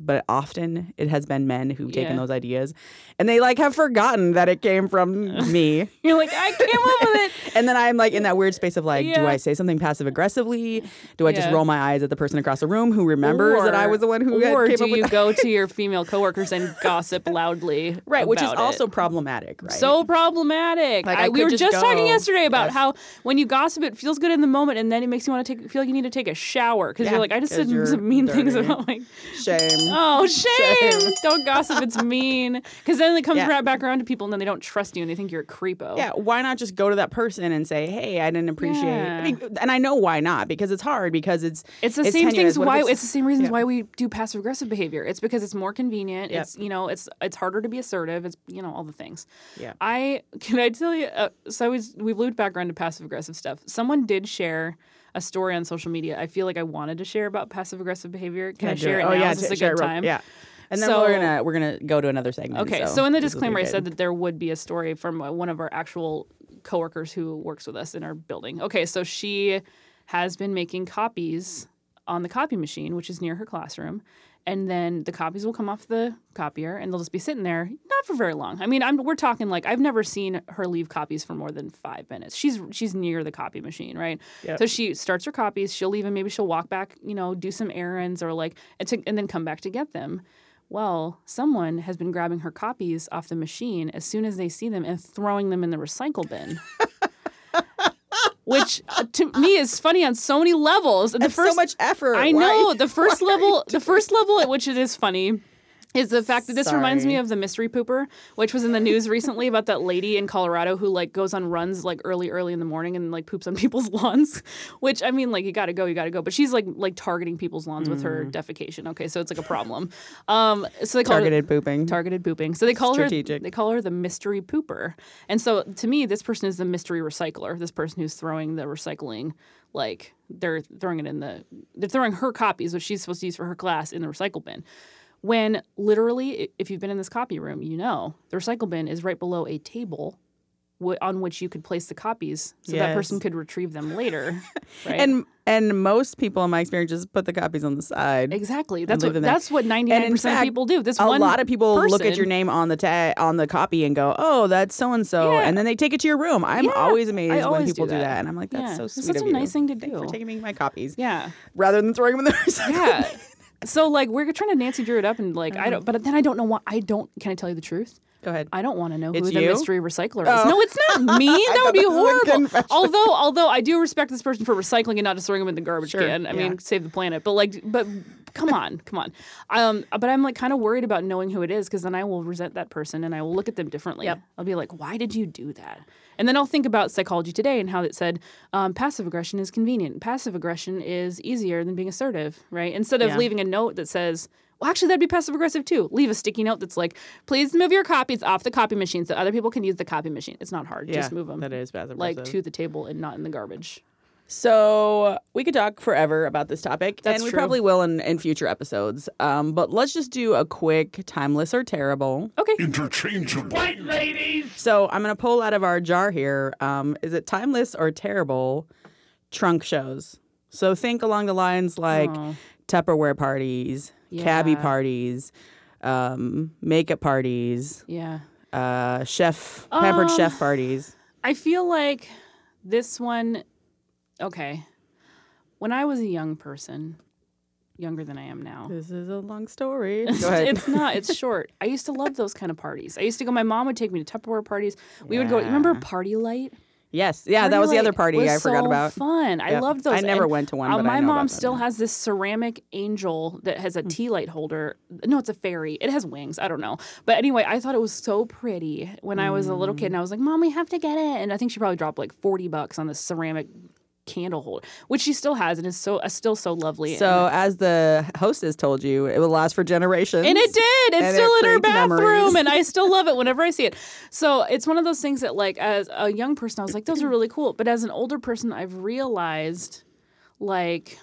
but often it has been men who've taken
Yeah.
those ideas and they like have forgotten that it
[laughs]
came from me.
You're like, I came
[laughs]
up with it.
And then I'm like in that weird space of like, do
Yeah.
I say something passive aggressively? Do I just
Yeah.
roll my eyes at the person across the room who remembers that I was the one who had-
or
came
do
up with
you go to your female coworkers and gossip loudly?
[laughs] right, which is
about it?
also problematic, right?
So problematic.
Like,
I,
I
we
could
were
just
just
go.
talking yesterday about
Yes.
how when you gossip, it feels good in the moment, and then it makes you want to take feel like you need to take a shower because
Yeah,
you're like, I just
'cause
said
you're
some mean things
dirty.
about my.
shame. [laughs]
Oh shame!
Shame.
Don't gossip. It's mean because then it comes
Yeah.
right back around to people, and then they don't trust you, and they think you're a creepo.
Yeah, why not just go to that person and say, "Hey, I didn't appreciate." I
Yeah.
mean, and I know why not because it's hard because it's
It's the same
tenuous.
things
What if
why it's,
it's,
the same reasons
yeah.
why we do passive aggressive behavior. It's because it's more convenient.
Yep.
It's you know it's it's harder to be assertive. It's you know all the things.
Yeah.
I [laughs] can I tell you. Uh, so I was, we've looped back around to passive aggressive stuff. Someone did share a story on social media. I feel like I wanted to share about passive aggressive behavior. Can I
do
share it,
oh
now?
yeah,
Is this
t-
a
share
good
it real-
time?
Yeah, and then
So-
we're gonna we're gonna go to another segment.
Okay, so, in the
this will be
disclaimer, I
good.
said that there would be a story from uh, one of our actual coworkers who works with us in our building. Okay, so she has been making copies on the copy machine, which is near her classroom, and then the copies will come off the copier and they'll just be sitting there not for very long. I mean, I'm we're talking like I've never seen her leave copies for more than 5 minutes. She's she's near the copy machine, right?
Yep.
So she starts her copies, she'll leave and maybe she'll walk back, you know, do some errands or like and, to, and then come back to get them. Well, someone has been grabbing her copies off the machine as soon as they see them and throwing them in the recycle
[laughs]
bin. Which uh, to me is funny on so many levels. And the
That's so much effort.
I
Why-
know
[laughs]
the first
why are you
level, the first level at which it is funny. Is the fact that this reminds me
Sorry.
of the mystery pooper, which was in the news recently about that lady in Colorado who like goes on runs like early, early in the morning and like poops on [laughs] people's lawns. Which I mean, like you gotta go, you gotta go. But she's like like targeting people's lawns with
Mm.
her defecation. Okay, so it's like a problem. Um, so they call it-
targeted pooping.
targeted pooping. So they call
Mm-hmm. strategic.
her they call her the mystery pooper. And so to me, this person is the mystery recycler. This person who's throwing the recycling, like they're throwing it in the they're throwing her copies, which she's supposed to use for her class, in the recycle bin. When literally, i- if you've been in this copy room, you know the recycle bin is right below a table. wh- On which you could place the copies, so that
Yes.
person could retrieve them
[laughs]
later. Right?
and and most people in my experience just put the copies on the side.
exactly, that's
leave
what
them there.
that's what ninety nine percent of
fact,
people do. This
a
one
lot of people look at
person-
your name on the tag on the copy and go, "Oh, that's so and so,"
Yeah.
and then they take it to your room. I'm
Yeah,
always
I
amazed when
always
people
do
do that.
that.
and I'm like, "That's
Yeah,
so
it's
sweet
such
of
a
you.
nice thing to
Thanks for
do.
taking me my copies
Yeah,
rather than throwing them in the [laughs] recycle."
Yeah. [laughs] So like we're trying to Nancy Drew it up and
Uh-huh.
like I don't but then I don't know why I don't can I tell you the truth?
Go ahead.
I don't want to know who
It's
the
you?
mystery recycler is.
Oh.
No, it's not
[laughs]
me. That
thought
would be
this was a
horrible.
confession.
[laughs] Although although I do respect this person for recycling and not just throwing them in the garbage
Sure,
can. I
yeah.
mean, save the planet. But like but come on, come on. Um but I'm like kind of worried about knowing who it is because then I will resent that person and I will look at them differently.
Yep.
I'll be like, why did you do that? And then I'll think about psychology today and how it said um, passive aggression is convenient. Passive aggression is easier than being assertive, right? Instead of
Yeah.
leaving a note that says, well, actually, that'd be passive aggressive too. Leave a sticky note that's like, please move your copies off the copy machine so other people can use the copy machine. It's not hard. Just
Yeah,
move them.
that is passive
Like
aggressive.
to the table and not in the garbage.
So we could talk forever about this topic,
That's
and we
true.
probably will in, in future episodes. Um, but let's just do a quick timeless or terrible.
Okay. [clears throat]
Interchangeable.
So I'm going to pull out of our jar here. Um, is it timeless or terrible? trunk shows. So think along the lines like
Oh.
Tupperware parties, cabbie
Yeah.
parties, um, makeup parties,
Yeah.
uh, chef peppered
Um, [sighs]
chef parties.
I feel like this one, okay. When I was a young person, younger than I am now,
This is a long story.
It's-
Go ahead.
It's not. It's short. I used to love those kind of parties. I used to go. My mom would take me to Tupperware parties. We would go.
Yeah.
Remember Party Light?
[laughs] yes, yeah, that was the
Party
other
Light
party
was
I forgot
so
about.
Fun. I
Yep.
loved those.
I never
And,
went to one,
uh,
but I
my
know about
mom
them Hmm.
still
now.
has this ceramic angel that has a tea light holder. No, it's a fairy. It has wings. I don't know. But anyway, I thought it was so pretty when I was a little
Mm.
kid, and I was like, "Mom, we have to get it." And I think she probably dropped like forty bucks on this ceramic candle holder, which she still has, and is so uh, still so lovely.
So, as the hostess told you, it will last for generations.
And it did. It's
And it
still in her
creates
bathroom,
memories. [laughs]
and I still love it whenever I see it. So it's one of those things that, like, as a young person, I was like, those are really cool. But as an older person, I've realized, like,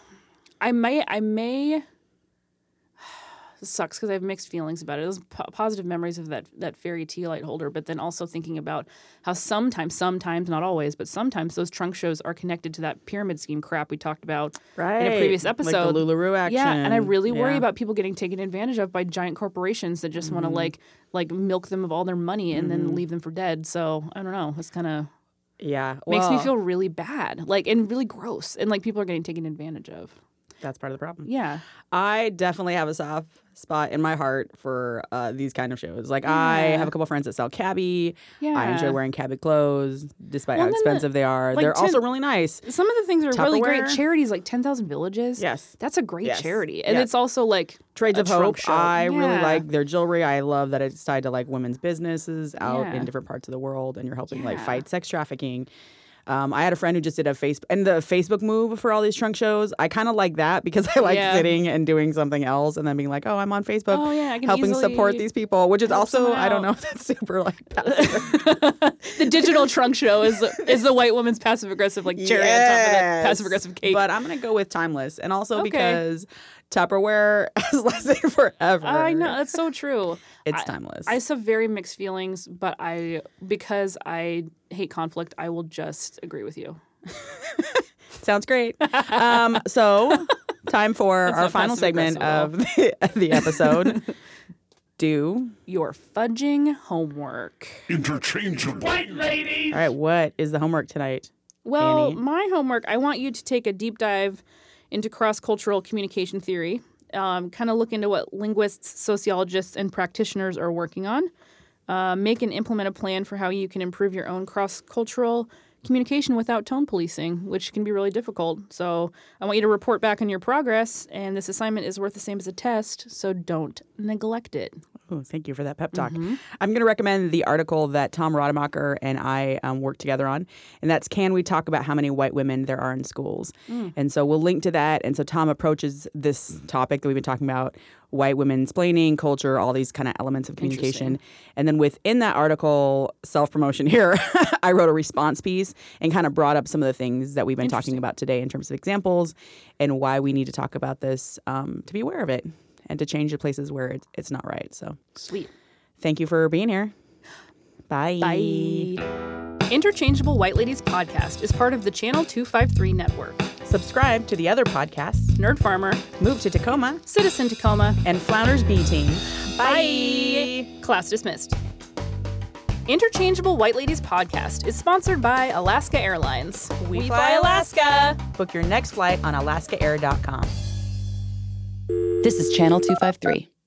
I may, I may. [sighs] This sucks because I have mixed feelings about it. Those po- positive memories of that that fairy tea light holder, but then also thinking about how sometimes, sometimes not always, but sometimes those trunk shows are connected to that pyramid scheme crap we talked about in a previous
Like the
episode.
LuLaRoe action.
Yeah, and I really worry
Yeah. Mm-hmm.
about people getting taken advantage of by giant corporations that just want to like like milk them of all their money and then leave them for dead. So I don't know. It's kind of
Yeah,
makes me
well,
feel really bad, like and really gross, and like people are getting taken advantage of.
that's part of the problem.
Yeah,
I definitely have a soft spot in my heart for uh, these kind of shows. Like I
Yeah.
have a couple friends that sell cabbie. I enjoy
Yeah.
wearing cabbie clothes, despite
Well,
how
then the-
expensive they are.
like,
They're
to-
also really nice.
some of the things are really great
Tupperware?
charities, like Ten Thousand Villages.
Yes.
that's a great
Yes.
charity, and
Yes.
it's also like [laughs]
Trades
a
of
trunk
Hope.
show.
I really
Yeah.
like their jewelry. I love that it's tied to like women's businesses out
Yeah.
in different parts of the world, and you're helping like
Yeah.
fight sex trafficking. Um, I had a friend who just did a Facebook and the Facebook move for all these trunk shows. I kind of like that because I like
Yeah.
sitting and doing something else and then being like, oh, I'm on Facebook,
Oh, yeah, I can
helping support
easily
these people, which is
help
also
someone
I
out.
don't know [laughs] if that's super
[laughs]
like passive
the
[laughs]
digital trunk show is is the white woman's passive aggressive like cherry on top of that
Yes.
passive aggressive cake.
But I'm gonna go with timeless, and also
Okay.
because Tupperware [laughs] has lasted forever.
I
[laughs]
know that's so true.
it's
I-
timeless.
I just have very mixed feelings, but I because I hate conflict, I will just agree with you.
Sounds great. um, so time for our
not
final
passive
segment of
aggressive
the, the episode. Do
You're fudging homework.
Interchangeable.
all right. What is the homework tonight?
Well,
Annie?
my homework, I want you to take a deep dive into cross cultural communication theory, um, kind of look into what linguists, sociologists, and practitioners are working on. Uh, make and implement a plan for how you can improve your own cross cultural communication without tone policing, which can be really difficult. So, I want you to report back on your progress, and this assignment is worth the same as a test, so don't neglect it.
Oh, thank you for that pep talk. I'm going to recommend the article that Tom Rademacher and I um, worked together on, and that's Can We Talk About How Many White Women There Are in Schools? And so we'll link to that. And so Tom approaches this topic that we've been talking about white women splaining, culture, all these kind of elements of communication. And then within that article, self promotion [laughs] here, I wrote a response piece and kind of brought up some of the things that we've been talking about today in terms of examples and why we need to talk about this um, to be aware of it. And to change the places where it, it's not right. So
Sweet.
Thank you for being here. Bye.
Bye. Interchangeable White Ladies podcast is part of the Channel 253 network.
Subscribe to the other podcasts,
Nerd Farmer,
Move to Tacoma,
Citizen Tacoma.
and Flounders B Team.
Bye. Class dismissed. Interchangeable White Ladies podcast is sponsored by Alaska Airlines.
We fly Alaska. Book your next flight on alaskaair.com.
This is Channel 253.